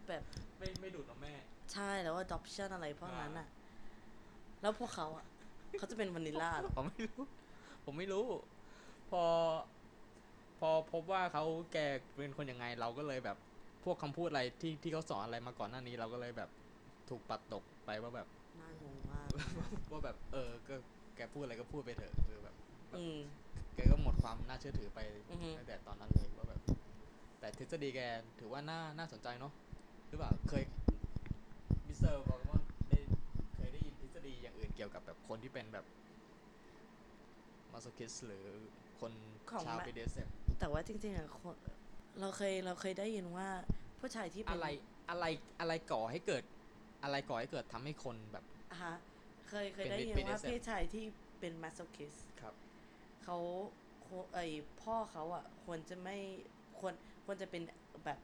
[SPEAKER 2] แบบ
[SPEAKER 1] ไม่ ไม่ดูดนะแม่
[SPEAKER 2] ใช่แล้ว adoption อะไรพวกนั้นอะแล้วพวกเขาอะเขาจะเป็นวานิลลาเหรอ
[SPEAKER 1] ผมไม่รู้ ผมไม่รู้ พอ พอพบว่าเขาแกเป็นคนยังไง เราก็เลยแบบพวกคำพูดอะไรที่ที่เขาสอนอะไรมาก่อนหน้านี้ เราก็เลยแบบถูกปัดตกไปว่าแบบ
[SPEAKER 2] น่างงมาก
[SPEAKER 1] ว่าแบบเออก็แกพูดอะไรก็พูดไปเถอะคือแบบ
[SPEAKER 2] อืม
[SPEAKER 1] แกก็หมดความน่าเชื่อถือไป
[SPEAKER 2] อือฮึ
[SPEAKER 1] ตั้งแต่ตอนนั้นเลยว่าแบบ แต่ทฤษฎีแกถือว่าน่าน่าสนใจเนาะหรือเปล่าเคยมิสเตอร์บอกว่าได้เคยได้ยินทฤษฎีอย่างอื่นเกี่ยวกับแบบคนที่เป็นแบบมาสคิสหรือคน
[SPEAKER 2] ของ
[SPEAKER 1] ชาว
[SPEAKER 2] แม่
[SPEAKER 1] บีเดสเซ
[SPEAKER 2] แต่ว่าจริงๆอ่ะคนเราเคยเราเคยได้ยินว่าผู้ชายที่เป็น
[SPEAKER 1] อะไรอะไรอะไรก่อให้เกิด อะไรก่อให้เกิดทำให้คนแบบ
[SPEAKER 2] อ่ะฮะเคยเคย
[SPEAKER 1] เป็น
[SPEAKER 2] ได้ยิน
[SPEAKER 1] เป็น
[SPEAKER 2] ว่า
[SPEAKER 1] SM
[SPEAKER 2] พี่ชายที่เป็นมาโซคิส
[SPEAKER 1] ครับ
[SPEAKER 2] เขาโคไอพ่อเขาอ่ะควรจะไม่ควรควรจะเป็นแบบ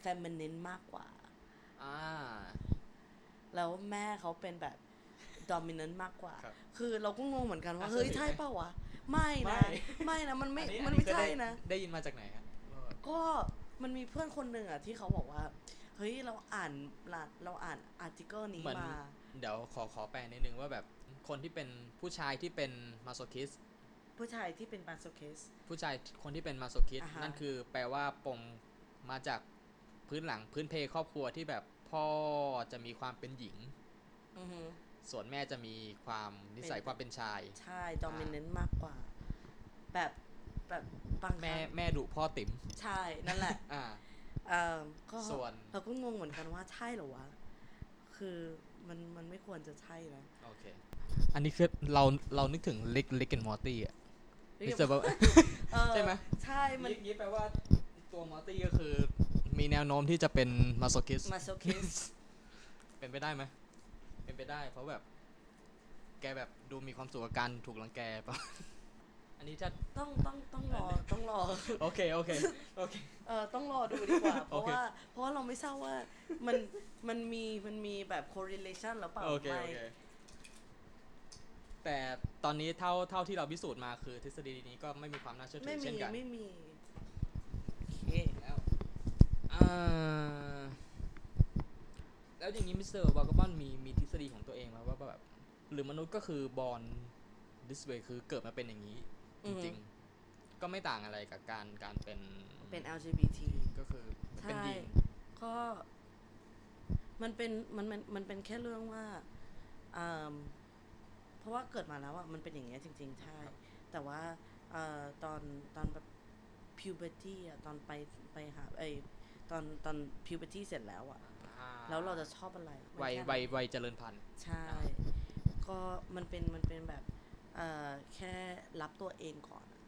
[SPEAKER 2] แฟมินินมากกว่า
[SPEAKER 1] อ่า
[SPEAKER 2] แล้วแม่เขาเป็นแบบดอมิเนนต์มากกว่า
[SPEAKER 1] ครับ
[SPEAKER 2] คือเราก็งงเหมือนกันว่า
[SPEAKER 1] อ่ะ
[SPEAKER 2] เฮ้ย
[SPEAKER 1] สนิทไหม
[SPEAKER 2] ใช่เปล่าวะ ไม่นะ
[SPEAKER 1] ไม่
[SPEAKER 2] ไม่นะ มันไม่
[SPEAKER 1] อั
[SPEAKER 2] มัน
[SPEAKER 1] อั
[SPEAKER 2] ไม่
[SPEAKER 1] เคย
[SPEAKER 2] ใช่
[SPEAKER 1] ด้
[SPEAKER 2] นะ
[SPEAKER 1] ได้ยินมาจากไหนครับ
[SPEAKER 2] ก็มันมีเพื่อนคนหนึ่งอ่ะที่เขาบอกว่า เฮ้ยเราอ่านเราเราอ่านอาร์ติเคิลนี้
[SPEAKER 1] เหมือน
[SPEAKER 2] มา
[SPEAKER 1] เดี๋ยวขอขอแปลนิดนึงว่าแบบคนที่เป็นผู้ชายที่เป็นมาโซคิส
[SPEAKER 2] ผู้ชายที่เป็นบาโซเคส
[SPEAKER 1] ผู้ชายคนที่เป็นมาโซคิส
[SPEAKER 2] อ่าฮะ
[SPEAKER 1] นั่นคือแปลว่าปมมาจากพื้นหลังพื้นเพครอบครัวที่แบบพ่อจะมีความเป็นหญิง
[SPEAKER 2] อือฮึ
[SPEAKER 1] ส่วนแม่จะมีความนิสัยความเป็นชาย
[SPEAKER 2] ใช่ดอมิเนนต์มากกว่า แบบแบบบางค
[SPEAKER 1] แม่
[SPEAKER 2] รั้ง
[SPEAKER 1] แม่ดุพ่อติ๋ม
[SPEAKER 2] ใช่นั่นแหละ
[SPEAKER 1] อ่า
[SPEAKER 2] เอ่อก็
[SPEAKER 1] ส่วน
[SPEAKER 2] เราก็งงเหมือนกันว่าใช่เหรอวะ คือมันมันไม่ควรจะใช่นะ
[SPEAKER 1] โอเค อันนี้คือเราเรานึกถึงลิกลิกแอนมอร์ตี้อะมิสเตอร์บ
[SPEAKER 2] เออ
[SPEAKER 1] ใช่ไหม
[SPEAKER 2] ใช่มัน
[SPEAKER 1] นี้แปลว่าตัวมอร์ตี้ก็คือ มีแนวโน้มที่จะเป็นมาโซคิส
[SPEAKER 2] มาโซคิ ส
[SPEAKER 1] เป็นไปได้ไหมเป็นไปได้ เพราะแบบ แกแบบดูมีความสุขกับการ ถูกรังแกปะ อันนี้ถ้า
[SPEAKER 2] ต้องต้องต้องรอต้องรอ
[SPEAKER 1] โอเค โอเค โอเค
[SPEAKER 2] เออต้องรอดูดี กว่า เพ
[SPEAKER 1] โอ
[SPEAKER 2] ราะ
[SPEAKER 1] เค
[SPEAKER 2] ว่า เพราะว่าเราไม่ทราบว่ามันมันมีมันมีแบบ correlation หรือเปล่า
[SPEAKER 1] โอเค
[SPEAKER 2] ไม่
[SPEAKER 1] โอเค แต่ตอนนี้เท่าเท่าที่เราพิสูจน์มาคือทฤษฎีนี้ก็ไม่มีความน่าเชื่อถื
[SPEAKER 2] ไม่
[SPEAKER 1] อ
[SPEAKER 2] มี
[SPEAKER 1] เช่นกัน
[SPEAKER 2] ไม่มีโอเค
[SPEAKER 1] แล้วเอ่อแล้วอย่างนี้มิสเตอร์วากาบอนมีมีทฤษฎีของตัวเองไหมว่าแบบ หรือมนุษย์ก็คือบอลดิสเวย์คือเกิดมาเป็นอย่างนี้ จริงๆ ก็ไม่ต่างอะไรกับการการเป็น
[SPEAKER 2] เป็น LGBT
[SPEAKER 1] ก็คือเป็น
[SPEAKER 2] ใช่
[SPEAKER 1] หญิง
[SPEAKER 2] ก็มันเป็นมันมันมันเป็นแค่เรื่องว่าอ่ามเพราะว่าเกิดมาแล้วอ่ะมันเป็นอย่างเงี้ยจริง ๆ ใช่ แต่ว่าเอ่อตอนตอนแบบ puberty อ่ะตอนไปไปหาไอยตอนตอน puberty เสร็จแล้วอ่ะ
[SPEAKER 1] อ่
[SPEAKER 2] แล้วเราจะชอบอะไรมัน
[SPEAKER 1] วัย
[SPEAKER 2] แค่นั้น
[SPEAKER 1] วัยวัยเจริญพันธุ์
[SPEAKER 2] ใช่ ก็มันเป็นมันเป็นแบบเอ่อแค่รับตัวเองก่อนอะ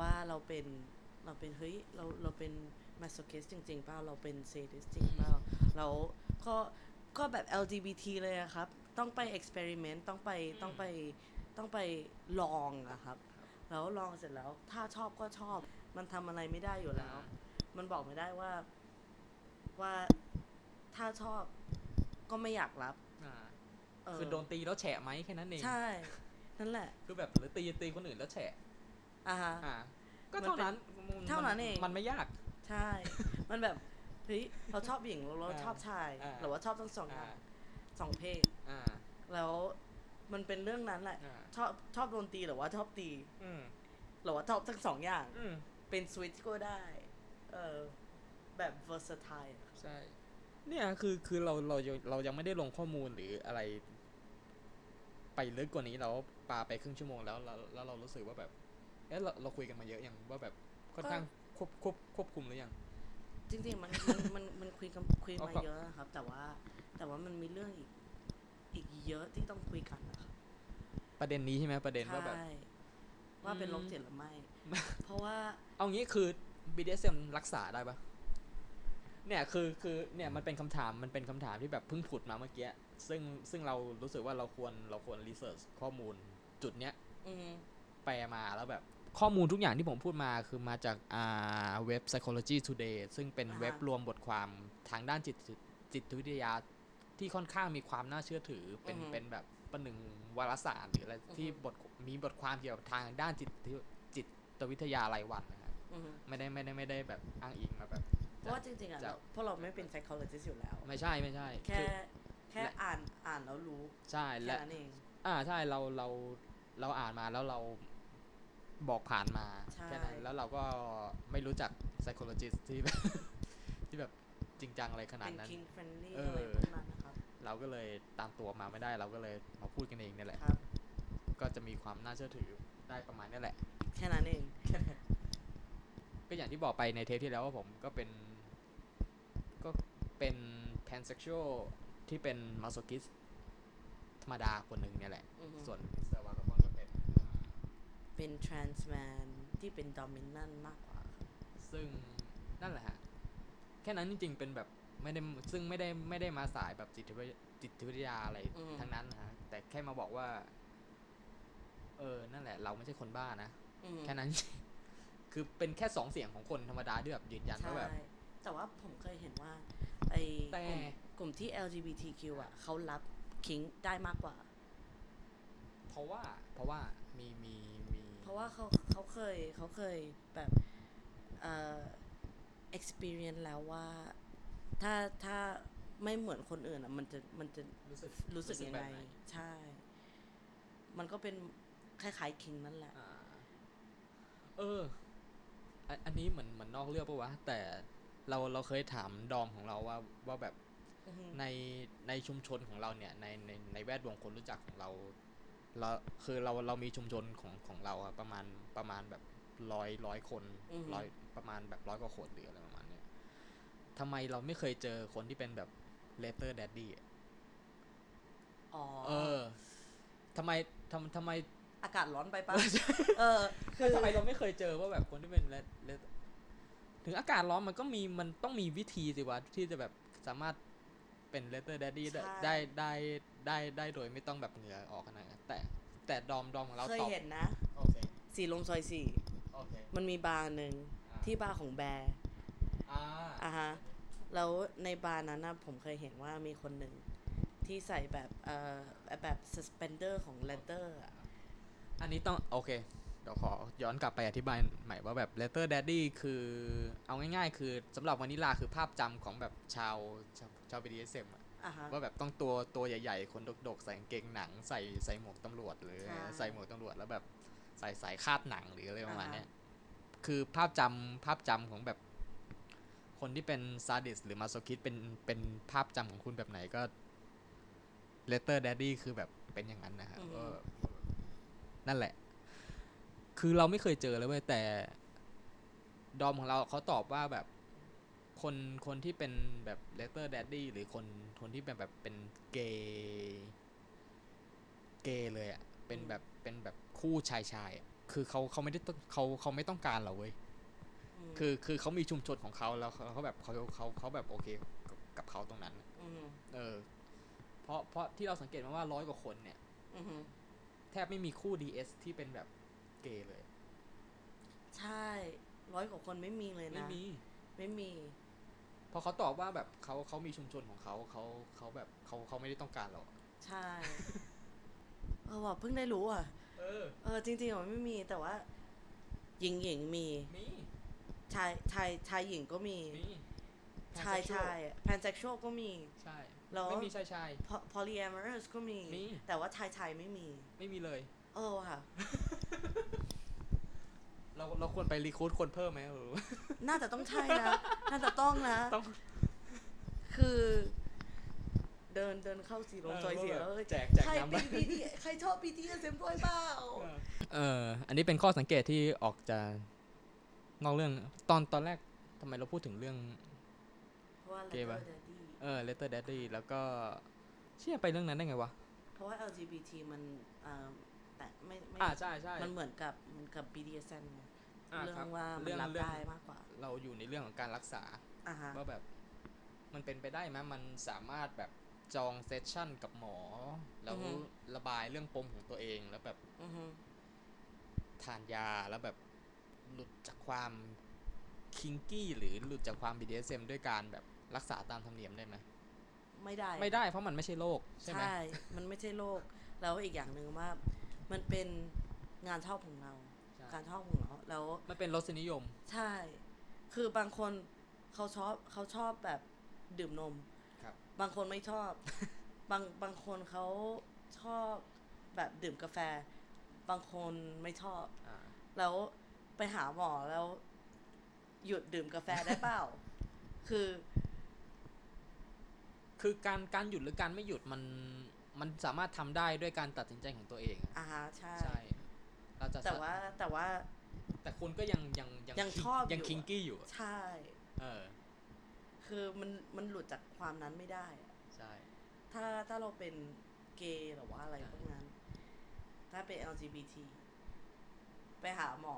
[SPEAKER 2] ว่าเราเป็นเราเป็นเฮ้ยเราเราเป็นมาส o คิสจริง ๆ เปล่าเราเป็นเซดิสจริงเปล่าเราก็ก็แบบ LGBT เลยอะครับ ต้องไป experiment ต้องไปต้องไปต้องไปลองอะครับ แล้วลองเสร็จแล้วถ้าชอบก็ชอบ มันทำอะไรไม่ได้อยู่แล้ว มันบอกไม่ได้ว่าว่าถ้าชอบก็ไม่อยากรับ
[SPEAKER 1] อ่า
[SPEAKER 2] เ
[SPEAKER 1] คือโดนตีแล้วแฉะไหมแค่นั้นเอง
[SPEAKER 2] ใช่ นั่นแหละ
[SPEAKER 1] คือแบบหรือตีตีคนอื่นแล้วแฉะ
[SPEAKER 2] อ่าฮะ
[SPEAKER 1] อ่า ก็เท่านั้นมั
[SPEAKER 2] เท่านั้นเอง
[SPEAKER 1] มันไม่ยาก
[SPEAKER 2] ใช่ มันแบบ เฮ้ย เราชอบหญิงเราเรา
[SPEAKER 1] อ่า
[SPEAKER 2] ชอบชาย
[SPEAKER 1] อ่า
[SPEAKER 2] หรือว่าชอบทั้งสองอย่า
[SPEAKER 1] อ่าง
[SPEAKER 2] สองเพศ
[SPEAKER 1] อ่า
[SPEAKER 2] แล้วมันเป็นเรื่องนั้นแหละ
[SPEAKER 1] อ่า
[SPEAKER 2] ชอบชอบโดนตีหรือว่าชอบตี
[SPEAKER 1] อืม
[SPEAKER 2] หรือว่าชอบทั้งสองอย่าง
[SPEAKER 1] อืม
[SPEAKER 2] เป็นสวิตช์ก็ได้ เออแบบ versatile อะ
[SPEAKER 1] ใช่ เนี่ยคือคือเราเรายังเรายังไม่ได้ลงข้อมูลหรืออะไร ไปลึกกว่านี้เราปาไปครึ่งชั่วโมงแล้วแล้วแล้วเรารู้สึกว่าแบบเอะเราเราคุยกันมาเยอะยังว่าแบบค่อนข้างควบควบควบคุมหรือยัง
[SPEAKER 2] จริงๆมันมันมันมันคุยกันคุย
[SPEAKER 1] เอา
[SPEAKER 2] มา
[SPEAKER 1] ก่อน
[SPEAKER 2] เยอะนะครับ แต่ว่าแต่ว่ามันมีเรื่องอีกอีกเยอะที่ต้องคุยกันนะครับ
[SPEAKER 1] ประเด็นนี้ใช่ไหมประเด็นว่าแบบ
[SPEAKER 2] ใช่ ว่าเป็นโรค
[SPEAKER 1] อืม
[SPEAKER 2] จิตหรือไม่ เพราะว่า
[SPEAKER 1] เอางี้คือ BDSM รักษาได้ปะเนี่ยคือคือเนี่ยมันเป็นคำถามมันเป็นคำถามที่แบบเพิ่งผุดมาเมื่อกี้ซึ่งซึ่งเรารู้สึกว่าเราควรเราควรรีเสิร์ชข้อมูลจุดเนี้ย
[SPEAKER 2] อืม
[SPEAKER 1] แปลมาแล้วแบบ ข้อมูลทุกอย่างที่ผมพูดมาคือมาจากอ่าเว็บ psychology today ซึ่งเป็น
[SPEAKER 2] อ่าฮะ
[SPEAKER 1] เว็บรวมบทความทางด้านจิตจิตวิทยาที่ค่อนข้างมีความน่าเชื่อถือ เป็นเป็นแบบประหนึ่งวารสารหรืออะไรที่บทมีบทความเกี่ยวกับทางด้านจิตจิตวิทยารายวันนะครับ
[SPEAKER 2] อืม
[SPEAKER 1] ไม่ได้ไม่ได้ไม่ได้แบบอ้างอิงมาแบบ
[SPEAKER 2] เพราะว่าจริงๆอ่ะ
[SPEAKER 1] จะ
[SPEAKER 2] เราเพราะเราไม่เป็น psychologist อยู่แล้ว
[SPEAKER 1] ไม่ใช่ไม่ใช่
[SPEAKER 2] แค่
[SPEAKER 1] อ
[SPEAKER 2] แค่อ่านอ่านแล้วรู้
[SPEAKER 1] ใช่
[SPEAKER 2] แค่
[SPEAKER 1] และ
[SPEAKER 2] นั้นเอง
[SPEAKER 1] อ่าใช่เราเราเราอ่านมาแล้วเราบอกผ่านมา
[SPEAKER 2] ใช่
[SPEAKER 1] แค่นั้นแล้วเราก็ไม่รู้จัก psychologist ที่แบบ ที่แบบจริงจังอะไรขนาด
[SPEAKER 2] เป็น
[SPEAKER 1] นั้น
[SPEAKER 2] king friendly
[SPEAKER 1] เอออ
[SPEAKER 2] อะไรพวกนั้นนะครับ
[SPEAKER 1] เราก็เลยตามตัวมาไม่ได้เราก็เลยมาพูดกันเองเนี่ยแหละ
[SPEAKER 2] ครับ
[SPEAKER 1] ก็จะมีความน่าเชื่อถือได้ประมาณเนี้แหละ
[SPEAKER 2] แค่นั้นเอง
[SPEAKER 1] ก็อย่างที่บอกไปในเทปที่แล้วว่าผมก็เป็น ก็เป็น pansexual ที่เป็น masochist ธรรมดาคนหนึ่งเนี่ยแหละ
[SPEAKER 2] อือฮึ
[SPEAKER 1] ส่วนมิสเตอร์วากาบอนก็เป็น
[SPEAKER 2] เป็น trans man ที่เป็นดอมิเนนต์มากกว่าครับ
[SPEAKER 1] ซึ่งนั่นแหละฮะ แค่นั้นจริงๆ เป็นแบบไม่ได้ซึ่งไม่ได้ไม่ได้มาสายแบบจิตวิจิตวิทยาอะไรทั้งนั้นนะฮะ แต่แค่มาบอกว่า เออ นั่นแหละ เราไม่ใช่คนบ้านะ
[SPEAKER 2] อืม
[SPEAKER 1] แค่นั้น คือเป็นแค่สองเสียงของคนธรรมดาที่แบบยืนยัน
[SPEAKER 2] ใช่
[SPEAKER 1] ว่าแบบ
[SPEAKER 2] แต่ว่าผมเคยเห็นว่า ไอ้
[SPEAKER 1] แต่
[SPEAKER 2] กลุ่มกลุ่มที่ LGBTQ อ่ะเขารับคิงได้มากกว่า
[SPEAKER 1] เพราะว่า เพราะว่ามีมีมี
[SPEAKER 2] เพราะว่าเขาเขาเคยเขาเคยแบบเอ่อ experience แล้วว่าถ้าถ้าไม่เหมือนคนอื่นอ่ะมันจะมันจะ
[SPEAKER 1] รู้สึก
[SPEAKER 2] รู้สึกยัง
[SPEAKER 1] แบบห
[SPEAKER 2] ไง
[SPEAKER 1] น
[SPEAKER 2] ใช่ มันก็เป็นคล้ายๆคิงนั่นแหละ
[SPEAKER 1] อ่าเอออันอันนี้เหมือนเหมือนนอกเรื่องปะวะ แต่เราเราเคยถามดอมของเราว่าว่าแบบ
[SPEAKER 2] อือฮึ
[SPEAKER 1] ในในชุมชนของเราเนี่ยในในในแวดวงคนรู้จักของเราเราคือเราเรามีชุมชนของของเราอะประมาณประมาณแบบร้อยร้อยคน
[SPEAKER 2] อือฮึ
[SPEAKER 1] ร้อยประมาณแบบร้อยกว่าคนหรืออะไรประมาณเนี้ยทำไมเราไม่เคยเจอคนที่เป็นแบบเลเตอร์แดดดี้
[SPEAKER 2] อ๋อ
[SPEAKER 1] เออทำไมทำทำไม
[SPEAKER 2] อากาศร้อนไปปะเออ คือ
[SPEAKER 1] ทำไมเราไม่เคยเจอว่าแบบคนที่เป็นเลเตอร์ถึงอากาศร้อนมันก็มีมันต้องมีวิธีสิวะที่จะแบบสามารถเป็นเลเตอร์แดดดี้
[SPEAKER 2] ใช่
[SPEAKER 1] ได้ได้ได้ได้โดยไม่ต้องแบบเหงื่อออกขนาดนั้นแต่แต่ดอมดอมของเรา
[SPEAKER 2] เคย
[SPEAKER 1] ตอบ
[SPEAKER 2] เห็นนะ
[SPEAKER 1] โอเค
[SPEAKER 2] สีลมซอยสี่
[SPEAKER 1] โอเค
[SPEAKER 2] มันมีบาร์หนึ่งที่บาร์ของแบร์
[SPEAKER 1] อ่า
[SPEAKER 2] อ่ะฮะ แล้วในบาร์นั้นนะผมเคยเห็นว่ามีคนหนึ่งที่ใส่แบบเอ่อแบบ suspender ของ leather อะ
[SPEAKER 1] อันนี้ต้อง โอเค เดี๋ยวขอย้อนกลับไปอธิบายใหม่ว่าแบบ letter daddy คือ เอาง่ายๆ คือสำหรับวานิลาคือภาพจำของแบบชาวชาวชาว BDSM อะ
[SPEAKER 2] อ่ะฮะ
[SPEAKER 1] ว่าแบบต้องตัวตัวใหญ่ๆ คนดกๆ ใส่กางเกงหนัง ใส่ใส่หมวกตำรวจหรือ
[SPEAKER 2] ใช่
[SPEAKER 1] ใส่หมวกตำรวจแล้วแบบใส่สายคาดหนังหรืออะไรประมาณ
[SPEAKER 2] อ่าฮะ
[SPEAKER 1] เนี้ยคือภาพจำภาพจำของแบบคนที่เป็นซาดิสหรือมาโซคิสเป็นเป็นภาพจำของคุณแบบไหนก็ เลเตอร์แดดดี้คือแบบเป็นอย่างนั้นนะฮะ
[SPEAKER 2] อือฮึ
[SPEAKER 1] ก็นั่นแหละ คือเราไม่เคยเจอเลยเว้ยแต่ ดอมของเราเขาตอบว่าแบบคนคนที่เป็นแบบเลเตอร์แดดดี้หรือคนคนที่เป็นแบบเป็นเกย์เกย์เลยอะ่ะเป็นแบบเป็นแบบคู่ชายชายอะคือเขาเขาไม่ได้ต้องเขาเขาไม่ต้องการเราเว้ย
[SPEAKER 2] ม
[SPEAKER 1] คือคือเขามีชุมชนของเขาแล้วเขาเขาแบบเขาเขาเขาแบบโอเคกับกับเขาตรงนั้น
[SPEAKER 2] ม
[SPEAKER 1] เออ เพราะเพราะที่เราสังเกตมาว่าร้อยกว่าคนเนี่ย
[SPEAKER 2] อืม
[SPEAKER 1] แทบไม่มีคู่ DS ที่เป็นแบบเกย์เลย
[SPEAKER 2] ใช่ร้อยกว่าคนไม่มีเลย
[SPEAKER 1] ไม่
[SPEAKER 2] นะ
[SPEAKER 1] มี
[SPEAKER 2] ไม่มี
[SPEAKER 1] เพราะเขาตอบว่าแบบเขาเขามีชุมชนของเขาเขาเขาแบบเขาเขาไม่ได้ต้องการเรา
[SPEAKER 2] ใช่ เออว่ะเพิ่งได้รู้อ่ะ
[SPEAKER 1] เออ
[SPEAKER 2] เออ จริงๆอ่ะมันไม่มีแต่ว่า หญิงหญิงมี
[SPEAKER 1] มี
[SPEAKER 2] ชายชายชายหญิงก็มี
[SPEAKER 1] มี
[SPEAKER 2] ชาย
[SPEAKER 1] Pansexual
[SPEAKER 2] ชายแพนเซ็กชวลก็มี
[SPEAKER 1] ใช่
[SPEAKER 2] แล้ว
[SPEAKER 1] ไม่มีชายชาย
[SPEAKER 2] พอลีแอมเรสก็มี
[SPEAKER 1] มี
[SPEAKER 2] แต่ว่าชายชายไม่มี
[SPEAKER 1] ไม่มีเลย
[SPEAKER 2] เออว่ะ
[SPEAKER 1] เราเราควรไปรีคูดคนเพิ่มไหมหรือ
[SPEAKER 2] น่าจะต้องใช่ นะ น่าจะต้องนะ
[SPEAKER 1] ต้อง
[SPEAKER 2] คือ เดินเดินเข้าสีลมซอยเสียแล้ว
[SPEAKER 1] เออ
[SPEAKER 2] เอ้ย
[SPEAKER 1] แจกแจก
[SPEAKER 2] ใคร
[SPEAKER 1] น้ำ
[SPEAKER 2] เป็
[SPEAKER 1] ไป
[SPEAKER 2] น BTS ใครชอบ BTS เซมด้วยเปล่า
[SPEAKER 1] เออ อันนี้เป็นข้อสังเกตที่ออกจะนอกเรื่อง ตอนตอนแรกทำไมเราพูดถึงเรื่อง
[SPEAKER 2] เพราะว่า
[SPEAKER 1] เกย์
[SPEAKER 2] letter
[SPEAKER 1] ปะ
[SPEAKER 2] daddy
[SPEAKER 1] เออ letter daddy แล้วก็เชื่อไปเรื่องนั้นได้ไงวะ
[SPEAKER 2] เพราะว่า LGBT มันเอ่อแต่ไม่ไม่
[SPEAKER 1] อ่าใช่ใช่
[SPEAKER 2] มันเหมือนกับเหมันกับ BDSM ไง
[SPEAKER 1] า
[SPEAKER 2] เรื่อ
[SPEAKER 1] คบ
[SPEAKER 2] งว่ามัน
[SPEAKER 1] เรื่อง
[SPEAKER 2] รับ
[SPEAKER 1] เรื่อง
[SPEAKER 2] ได้มากกว่า
[SPEAKER 1] เราอยู่ในเรื่องของการรักษา
[SPEAKER 2] อ่าฮะ
[SPEAKER 1] ว่าแบบ มันเป็นไปได้ไหมมันสามารถแบบจองเซสชั่นกับหมอ แล้วระบายเรื่องปมของตัวเอง แล้วแบบ
[SPEAKER 2] อือฮึ
[SPEAKER 1] ทานยาแล้วแบบหลุดจากความคิงกี้หรือหลุดจากความ BDSM ด้วยการแบบรักษาตามธรรมเนียมได้ไหม
[SPEAKER 2] ไม่ได้
[SPEAKER 1] ไม่ได้เพราะมันไม่ใช่โรคใช่ไหม
[SPEAKER 2] ใช่ มันไม่ใช่โลก แล้วอีกอย่างหนึ่งว่า มันเป็นงานชอบของเรา
[SPEAKER 1] ใช่
[SPEAKER 2] การชอบของเราแล้ว
[SPEAKER 1] มันเป็นรสนิยม
[SPEAKER 2] ใช่ คือบางคนเขาชอบเขาชอบแบบดื่มนม
[SPEAKER 1] ครับ
[SPEAKER 2] บางคนไม่ชอบ บางบางคนเขาชอบแบบดื่มกาแฟ บางคนไม่ชอบ
[SPEAKER 1] อ่า
[SPEAKER 2] แล้วไปหาหมอแล้ว หยุดดื่มกาแฟได้เปล่า คือ
[SPEAKER 1] คือการการหยุดหรือการไม่หยุดมันมันสามารถทำได้ด้วยการตัดสินใจของตัวเองอะ
[SPEAKER 2] อ่าฮะใช่
[SPEAKER 1] ใช่เราจะ
[SPEAKER 2] แต่ว่าแต่ว่า
[SPEAKER 1] แต่คุณก็ยังยัง
[SPEAKER 2] ยังชอบ
[SPEAKER 1] ยัง
[SPEAKER 2] อยู่
[SPEAKER 1] คิง
[SPEAKER 2] อะ
[SPEAKER 1] กี้อยู่อะ
[SPEAKER 2] ใช่
[SPEAKER 1] เออ
[SPEAKER 2] คือมันมันหลุดจากความนั้นไม่ได้อะ
[SPEAKER 1] ใช่
[SPEAKER 2] ถ้าถ้าเราเป็นเกย์หรือว่าอะไรพวกนั้น ถ้าเป็น LGBT ไปหาหมอ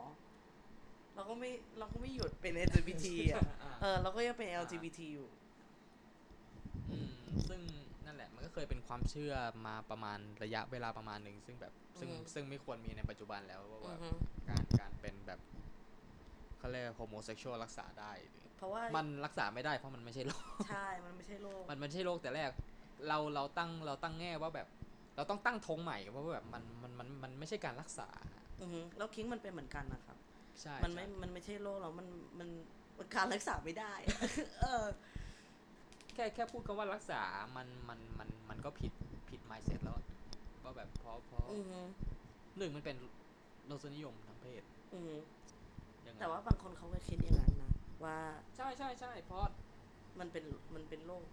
[SPEAKER 2] เราก็ไม่เราก็ไม่หยุดเป็น LGBT อ่ะ เออเราก็ยังเป็น LGBT อยู่
[SPEAKER 1] อืมซึ่งนั่นแหละมันก็เคยเป็นความเชื่อมาประมาณระยะเวลาประมาณหนึ่งซึ่งแบบซึ่ง
[SPEAKER 2] อือฮึ
[SPEAKER 1] ซึ่งไม่ควรมีในปัจจุบันแล้วว่า
[SPEAKER 2] อื
[SPEAKER 1] ว่า
[SPEAKER 2] อฮึ
[SPEAKER 1] การการเป็นแบบเขาเรียกโฮโมเซ็กชวลรักษาได้หรือ
[SPEAKER 2] เพราะว่า
[SPEAKER 1] มันรักษา ไม่ได้เพราะมันไม่ใช่โรค
[SPEAKER 2] ใช่ มันไม่ใช่โลก
[SPEAKER 1] มันไม่ใช่โรคแต่แรก เราเราตั้งเราตั้งแง่ว่าแบบ เราต้องตั้งธงใหม่ว่าแบบมันมันมันมันไม่ใช่การรักษา
[SPEAKER 2] อือฮึแล้วคิงมันเป็นเหมือนกันนะครับ
[SPEAKER 1] ใช่
[SPEAKER 2] มันไม่
[SPEAKER 1] ใช่
[SPEAKER 2] มันไม่ใช่โรคหรอกมันมันมันการรักษาไม่ได้ เออ
[SPEAKER 1] แค่แค่พูดคำว่ารักษา มันมันมันมันก็ผิดผิด mindset แล้วอะว่าแบบเพราะเพราะ
[SPEAKER 2] อือฮึ
[SPEAKER 1] หนึ่งมันเป็นรสนิยมทางเพศ
[SPEAKER 2] อือฮึ
[SPEAKER 1] ยังไง
[SPEAKER 2] แต่ว่าบางคนเขาก็คิดอย่างนั้นนะ ว่า
[SPEAKER 1] ใช่ใช่ใช่เพราะ
[SPEAKER 2] มันเป็น มันเป็นโรค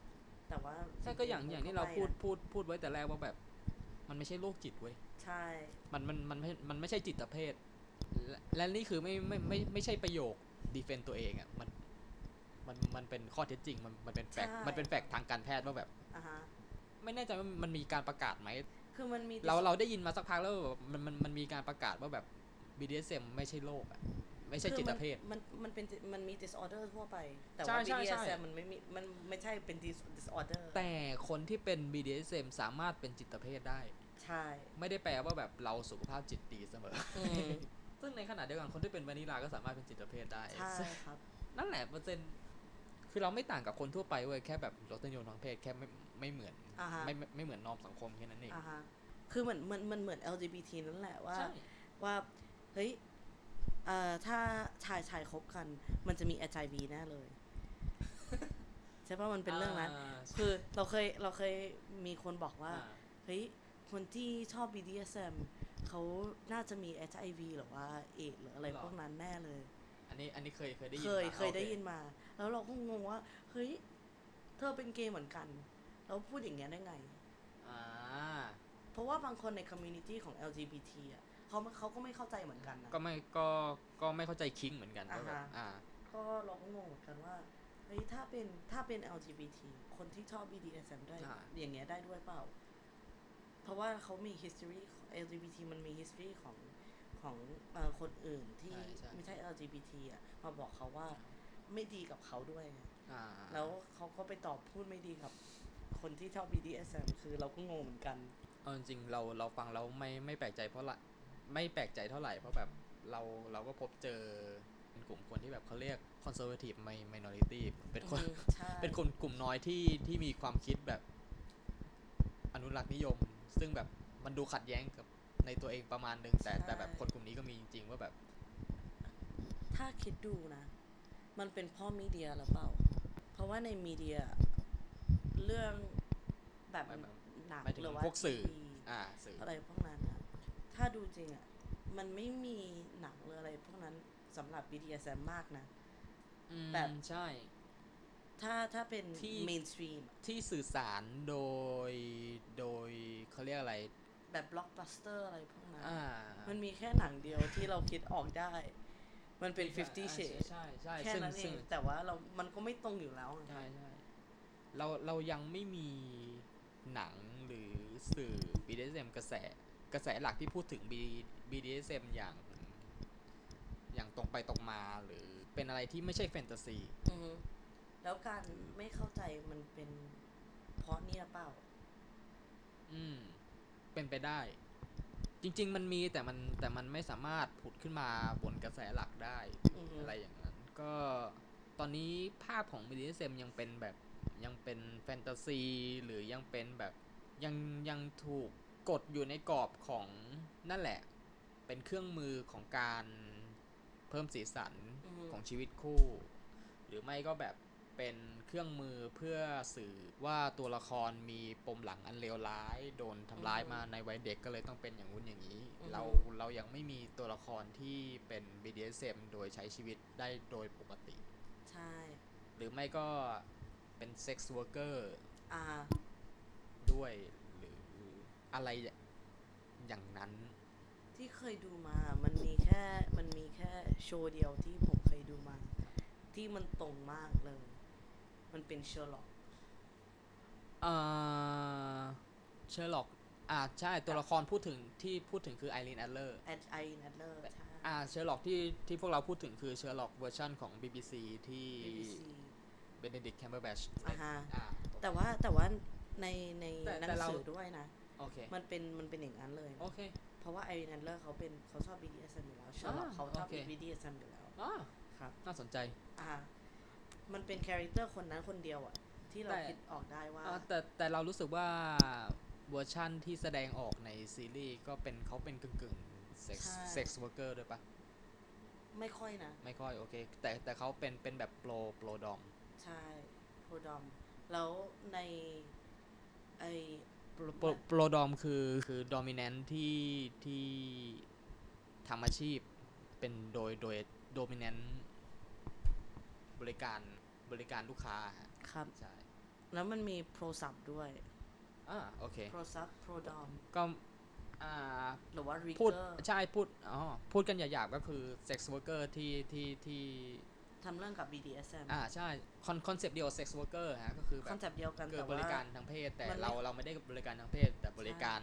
[SPEAKER 2] แต่ว่า
[SPEAKER 1] ใช่ก็อย่างอ
[SPEAKER 2] จริๆ
[SPEAKER 1] ย่างที่
[SPEAKER 2] มั
[SPEAKER 1] เรา
[SPEAKER 2] นก็ไม่
[SPEAKER 1] พูด
[SPEAKER 2] นะ
[SPEAKER 1] พูดพูดไว้แต่แรกว่าแบบ มันไม่ใช่โรคจิตเว้ย
[SPEAKER 2] ใช่
[SPEAKER 1] มันมันมันไม่มันไม่ใช่จิตเภทและและนี่คือไม่ไม่ไม่ไม่ใช่ประโยคดีเฟนตัวเองอ่ะมันมันมันเป็นข้อเท็จจริง มันมันเป็นแฟกต์
[SPEAKER 2] ใช่
[SPEAKER 1] มันเป็นแฟกต์ทางการแพทย์ว่าแบบ
[SPEAKER 2] อ่ะฮะ
[SPEAKER 1] ไม่แน่ใจว่ามันมีการประกาศไหม
[SPEAKER 2] คือมันมี
[SPEAKER 1] เราเราได้ยินมาสักพักแล้วแบบมันมันมันมีการประกาศว่าแบบ BDSM ไม่ใช่โรคอะไม่ใช่จิตเภท
[SPEAKER 2] คือมันมันมันเป็นมันมี disorder ทั่วไป แต่
[SPEAKER 1] ใช่
[SPEAKER 2] ว่า
[SPEAKER 1] ใช่ใช่
[SPEAKER 2] BDSM มันไม่มีมันไม่ใช่เป็น dis- disorder
[SPEAKER 1] แต่คนที่เป็น BDSM สามารถเป็นจิตเภทได้
[SPEAKER 2] ใช่
[SPEAKER 1] ไม่ได้แปลว่าแบบเราสุขภาพจิตดีเสมอ
[SPEAKER 2] อืม
[SPEAKER 1] ซึ่งในขณะเดียวกันคนที่เป็นวานิลาก็สามารถเป็นจิตเภทได้
[SPEAKER 2] ใช่ครับ
[SPEAKER 1] นั่นแหละเปอร์เซ็นต์คือเราไม่ต่างกับคนทั่วไปเว้ยแค่แบบรสนิยมทางเพศแค่ไม่ไม่เหมือน
[SPEAKER 2] อ่าฮะ
[SPEAKER 1] ไม่ไม่ไม่เหมือนนอมสังคมแค่นั้นเอง
[SPEAKER 2] อ่าฮะคือเหมือนมันมันเหมือน LGBT นั่นแหละว่า
[SPEAKER 1] ใช่
[SPEAKER 2] ว่า เฮ้ยเอ่อถ้าชายชายคบกัน มันจะมี HIV แน่เลย ใช่ป่ะมันเป็นเรื่องนั้น
[SPEAKER 1] า
[SPEAKER 2] คือเราเคยเราเคยมีคนบอกว่า
[SPEAKER 1] อ่า
[SPEAKER 2] เฮ้ย คนที่ชอบ BDSM เขาน่าจะมี HIV หรือว่าเอดหรืออะไรพวกนั้นแน่เลย
[SPEAKER 1] อันนี้อันนี้เคยเคยได้ยิ
[SPEAKER 2] เคน ย
[SPEAKER 1] มา
[SPEAKER 2] เคยได้
[SPEAKER 1] โอ
[SPEAKER 2] ยินมา แล้วเราก็งงว่า เฮ้ย เธอเป็นเกย์เหมือนกัน แล้วพูดอย่างเงี้ยได้ไง
[SPEAKER 1] อ่า
[SPEAKER 2] เพราะว่าบางคนในคอมมูนิตี้ของ LGBT อ่ะเขาไม่เขาก็ไม่เข้าใจเหมือนกันนะ
[SPEAKER 1] ก็ไม่ก็ก็ไม่เข้าใจคิงเหมือนกันว่าแบบ
[SPEAKER 2] อ่าฮะ
[SPEAKER 1] อ่า
[SPEAKER 2] ก็เราก็งงเหมือนกันว่า เฮ้ย ถ้าเป็นถ้าเป็น LGBT คนที่ชอบ BDSM ได้ อย่างเงี้ยได้ด้วยเปล่า เพราะว่าเขามี history ของ LGBT มันมี history ของของเอ่อคนอื่นที่ไม่ใช่ LGBT อ่ะ มาบอกเขาว่าไม่ดีกับเขาด้วยไง
[SPEAKER 1] อ่า
[SPEAKER 2] แล้วเขาก็ไปตอบพูดไม่ดีกับคนที่ชอบ BDSM คือเราก็งงเหมือนกัน
[SPEAKER 1] เอาจริงๆเราเราฟังเราไม่ไม่แปลกใจเพราะละไม่แปลกใจเท่าไหร่เพราะแบบเราเราก็พบเจอเป็นกลุ่มคนที่แบบเขาเรียก conservative minority เป็นคน
[SPEAKER 2] อืมใช่
[SPEAKER 1] เป็นคนกลุ่มน้อยที่ที่มีความคิดแบบอนุรักษ์นิยม ซึ่งแบบมันดูขัดแย้งกับในตัวเองประมาณหนึงแต่
[SPEAKER 2] ใช่
[SPEAKER 1] แต่แบบคนกลุ่มนี้ก็มีจริง ๆ ว่าแบบ
[SPEAKER 2] ถ้าคิดดูนะ มันเป็นเพ่อมีเดียหรือเปล่า เพราะว่าในมีเดีย เรื่องแบบหนัง
[SPEAKER 1] หมายถึง
[SPEAKER 2] หรือว่า
[SPEAKER 1] พวกสื่อ
[SPEAKER 2] ทีวี
[SPEAKER 1] อ่าสื่อ
[SPEAKER 2] อะไรพวกนั้นอะถ้าดูจริงอะมันไม่มีหนังหรืออะไรพวกนั้นสำหรับ BDSM มากนะ
[SPEAKER 1] อืม
[SPEAKER 2] แบบ
[SPEAKER 1] ใช่
[SPEAKER 2] ถ้าถ้าเป็น
[SPEAKER 1] ที่
[SPEAKER 2] mainstream
[SPEAKER 1] ที่สื่อสารโดยโดยเขาเรียกอะไร
[SPEAKER 2] แบบ blockbuster อะไรพวกนั้น
[SPEAKER 1] อ่า
[SPEAKER 2] มันมีแค่หนังเดียวที่เราคิดออกได้ มันเป็น 50 Shades
[SPEAKER 1] ใช่ใช่
[SPEAKER 2] แค่
[SPEAKER 1] ซึ่ง
[SPEAKER 2] นั้นเอ
[SPEAKER 1] ซึ่ง
[SPEAKER 2] ง แต่ว่าเรา มันก็ไม่ตรงอยู่แล้วไง
[SPEAKER 1] ใช่ใช่เราเรายังไม่มีหนังหรือสื่อ BDSM กระแสกระแสหลักที่พูดถึง B BDSM อย่าง อย่างตรงไปตรงมาหรือเป็นอะไรที่ไม่ใช่แฟนตาซี
[SPEAKER 2] อือฮึแล้วการไม่เข้าใจมันเป็นเพราะเนี่ยเปล่า
[SPEAKER 1] อืมเป็นไปได้ จริง ๆ มันมีแต่มันแต่มันไม่สามารถผุดขึ้นมาบนกระแสหลักได้
[SPEAKER 2] อือฮึ
[SPEAKER 1] อะไรอย่างนั้น ก็ตอนนี้ภาพของ BDSM ยังเป็นแบบยังเป็นแฟนตาซี หรือยังเป็นแบบยังยังถูกกดอยู่ในกรอบของนั่นแหละ เป็นเครื่องมือของการเพิ่มสีสัน
[SPEAKER 2] อือฮึ
[SPEAKER 1] ของชีวิตคู่ หรือไม่ก็แบบเป็นเครื่องมือเพื่อสื่อว่าตัวละครมีปมหลังอันเลวร้าย โดนทำร้าย
[SPEAKER 2] อือฮึ
[SPEAKER 1] มาในวัยเด็กก็เลยต้องเป็นอย่างนู้นอย่างนี้
[SPEAKER 2] อือฮึ
[SPEAKER 1] เราเรายังไม่มีตัวละครที่เป็น BDSM โดยใช้ชีวิตได้โดยปกติ
[SPEAKER 2] ใช่
[SPEAKER 1] หรือไม่ก็เป็น Sex Worker
[SPEAKER 2] อ่า
[SPEAKER 1] ด้วยหรืออะไรอย่างนั้น
[SPEAKER 2] ที่เคยดูมา มันมีแค่ มันมีแค่โชว์เดียวที่ผมเคยดูมา ที่มันตรงมากเลย มันเป็นเชอร์ล็อก
[SPEAKER 1] เออเชอร์ล็อก อ่าใช่ตัวละครพูดถึงที่พูดถึงคือไอรีนแอดเลอร์
[SPEAKER 2] แอดไอนัทเลอร์ใช่
[SPEAKER 1] อ่าเชอร์ล็อกที่ที่พวกเราพูดถึงคือเชอร์ล็อกเวอร์ชันของ BBC ที่
[SPEAKER 2] BBC
[SPEAKER 1] เบนเดดิกแคมเบอร์แบช
[SPEAKER 2] อ่าฮะ
[SPEAKER 1] อ่า
[SPEAKER 2] แต่ว่าแต่ว่าในใน
[SPEAKER 1] แต่
[SPEAKER 2] หนั
[SPEAKER 1] แต่
[SPEAKER 2] ง
[SPEAKER 1] เรา
[SPEAKER 2] สือด้วยนะ
[SPEAKER 1] โอเค
[SPEAKER 2] มันเป็นมันเป็นอย่างนั้นเลยนะ
[SPEAKER 1] โอเค
[SPEAKER 2] เพราะว่าไอรีนัทเลอร์เขาเป็นเขาชอบ BDSM อยู่แล้วเชอร์ล็อกเขาชอบ
[SPEAKER 1] โอเค
[SPEAKER 2] BDSM อยู่แล้ว
[SPEAKER 1] อ๋อ
[SPEAKER 2] ครับ
[SPEAKER 1] น่าสนใจ
[SPEAKER 2] อ่า มันเป็นคาแรคเตอร์คนนั้นคนเดียวอะที่เรา
[SPEAKER 1] แต่
[SPEAKER 2] คิดออกได้ว่า
[SPEAKER 1] อ่าแต่แต่เรารู้สึกว่าเวอร์ชั่นที่แสดงออกในซีรีส์ก็เป็นเขาเป็นกึ่งกึ่งเซ็ก
[SPEAKER 2] ใช่
[SPEAKER 1] ซ์เซ็กซ์เวิร์กเกอร์ด้วยปะ
[SPEAKER 2] ไม่ค่อยนะ
[SPEAKER 1] ไม่ค่อยโอเค แต่แต่เขาเป็นเป็นแบบโปรโปรดอม
[SPEAKER 2] ใช่โพดอม แล้วในไอ
[SPEAKER 1] โปรโปรดอมคือคือดอมิเนนที่ที่ทำอาชีพเป็นโดยโดยโดมิเนนบริการบริการลูกค้าฮะ
[SPEAKER 2] ครับ
[SPEAKER 1] ใช่
[SPEAKER 2] แล้วมันมีโปรซับด้วย
[SPEAKER 1] อ่าโอเค
[SPEAKER 2] โปรซับโปรดอม
[SPEAKER 1] ก็อ่า
[SPEAKER 2] หรือว่าริก
[SPEAKER 1] พูด
[SPEAKER 2] เกอร์
[SPEAKER 1] ใช่พูดอ๋อพูดกันหยาบๆก็คือเซ็กซ์วอร์เกอร์ที่ที่ที่
[SPEAKER 2] ทำเรื่องกับ BDSM
[SPEAKER 1] อ่าใช่คอนคอนเซปต์เดียวเซ็กซ์วอร์เกอร์ฮะก็คือแบ
[SPEAKER 2] คอบ นเซปต์เดียวกัน
[SPEAKER 1] คื
[SPEAKER 2] แต่
[SPEAKER 1] อบ
[SPEAKER 2] ว่า
[SPEAKER 1] ริการทางเพศ แต่
[SPEAKER 2] มันไม่
[SPEAKER 1] เราเราไม่ได้บริการทางเพศ แต่บริการ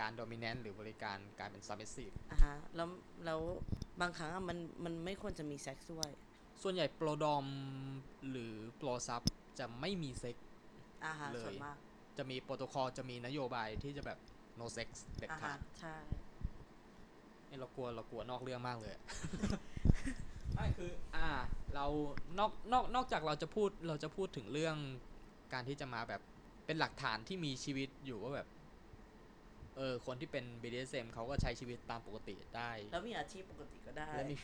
[SPEAKER 1] การโดมิเนนหรือบริการการเป็นซับเมสซี
[SPEAKER 2] อ่าฮะแล้วแล้วบางครั้งอะมันมันไม่ควรจะมีเซ็กซ์ด้วย
[SPEAKER 1] ส่วนใหญ่โปรดอมหรือโปรซับจะไม่มีเซ็ก
[SPEAKER 2] อ่าฮะ
[SPEAKER 1] เลย
[SPEAKER 2] ส่วนมาก
[SPEAKER 1] จะมีโปรโตคอลจะมีนโยบายที่จะแบบ no sex เด็ด
[SPEAKER 2] อ่า
[SPEAKER 1] ขา
[SPEAKER 2] ฮะ
[SPEAKER 1] ด
[SPEAKER 2] ใช่
[SPEAKER 1] เนี่ยเรากลัวเรากลัวนอกเรื่องมากเลย ไม่คือ อ่า เรานอกนอกนอกจากเราจะพูดเราจะพูดถึงเรื่องการที่จะมาแบบเป็นหลักฐานที่มีชีวิตอยู่ว่าแบบ เออ คนที่เป็น BDSM เขาก็ใช้ชีวิตตามปกติได้
[SPEAKER 2] แล้วมีอาชีพปกติก็ได้
[SPEAKER 1] และมี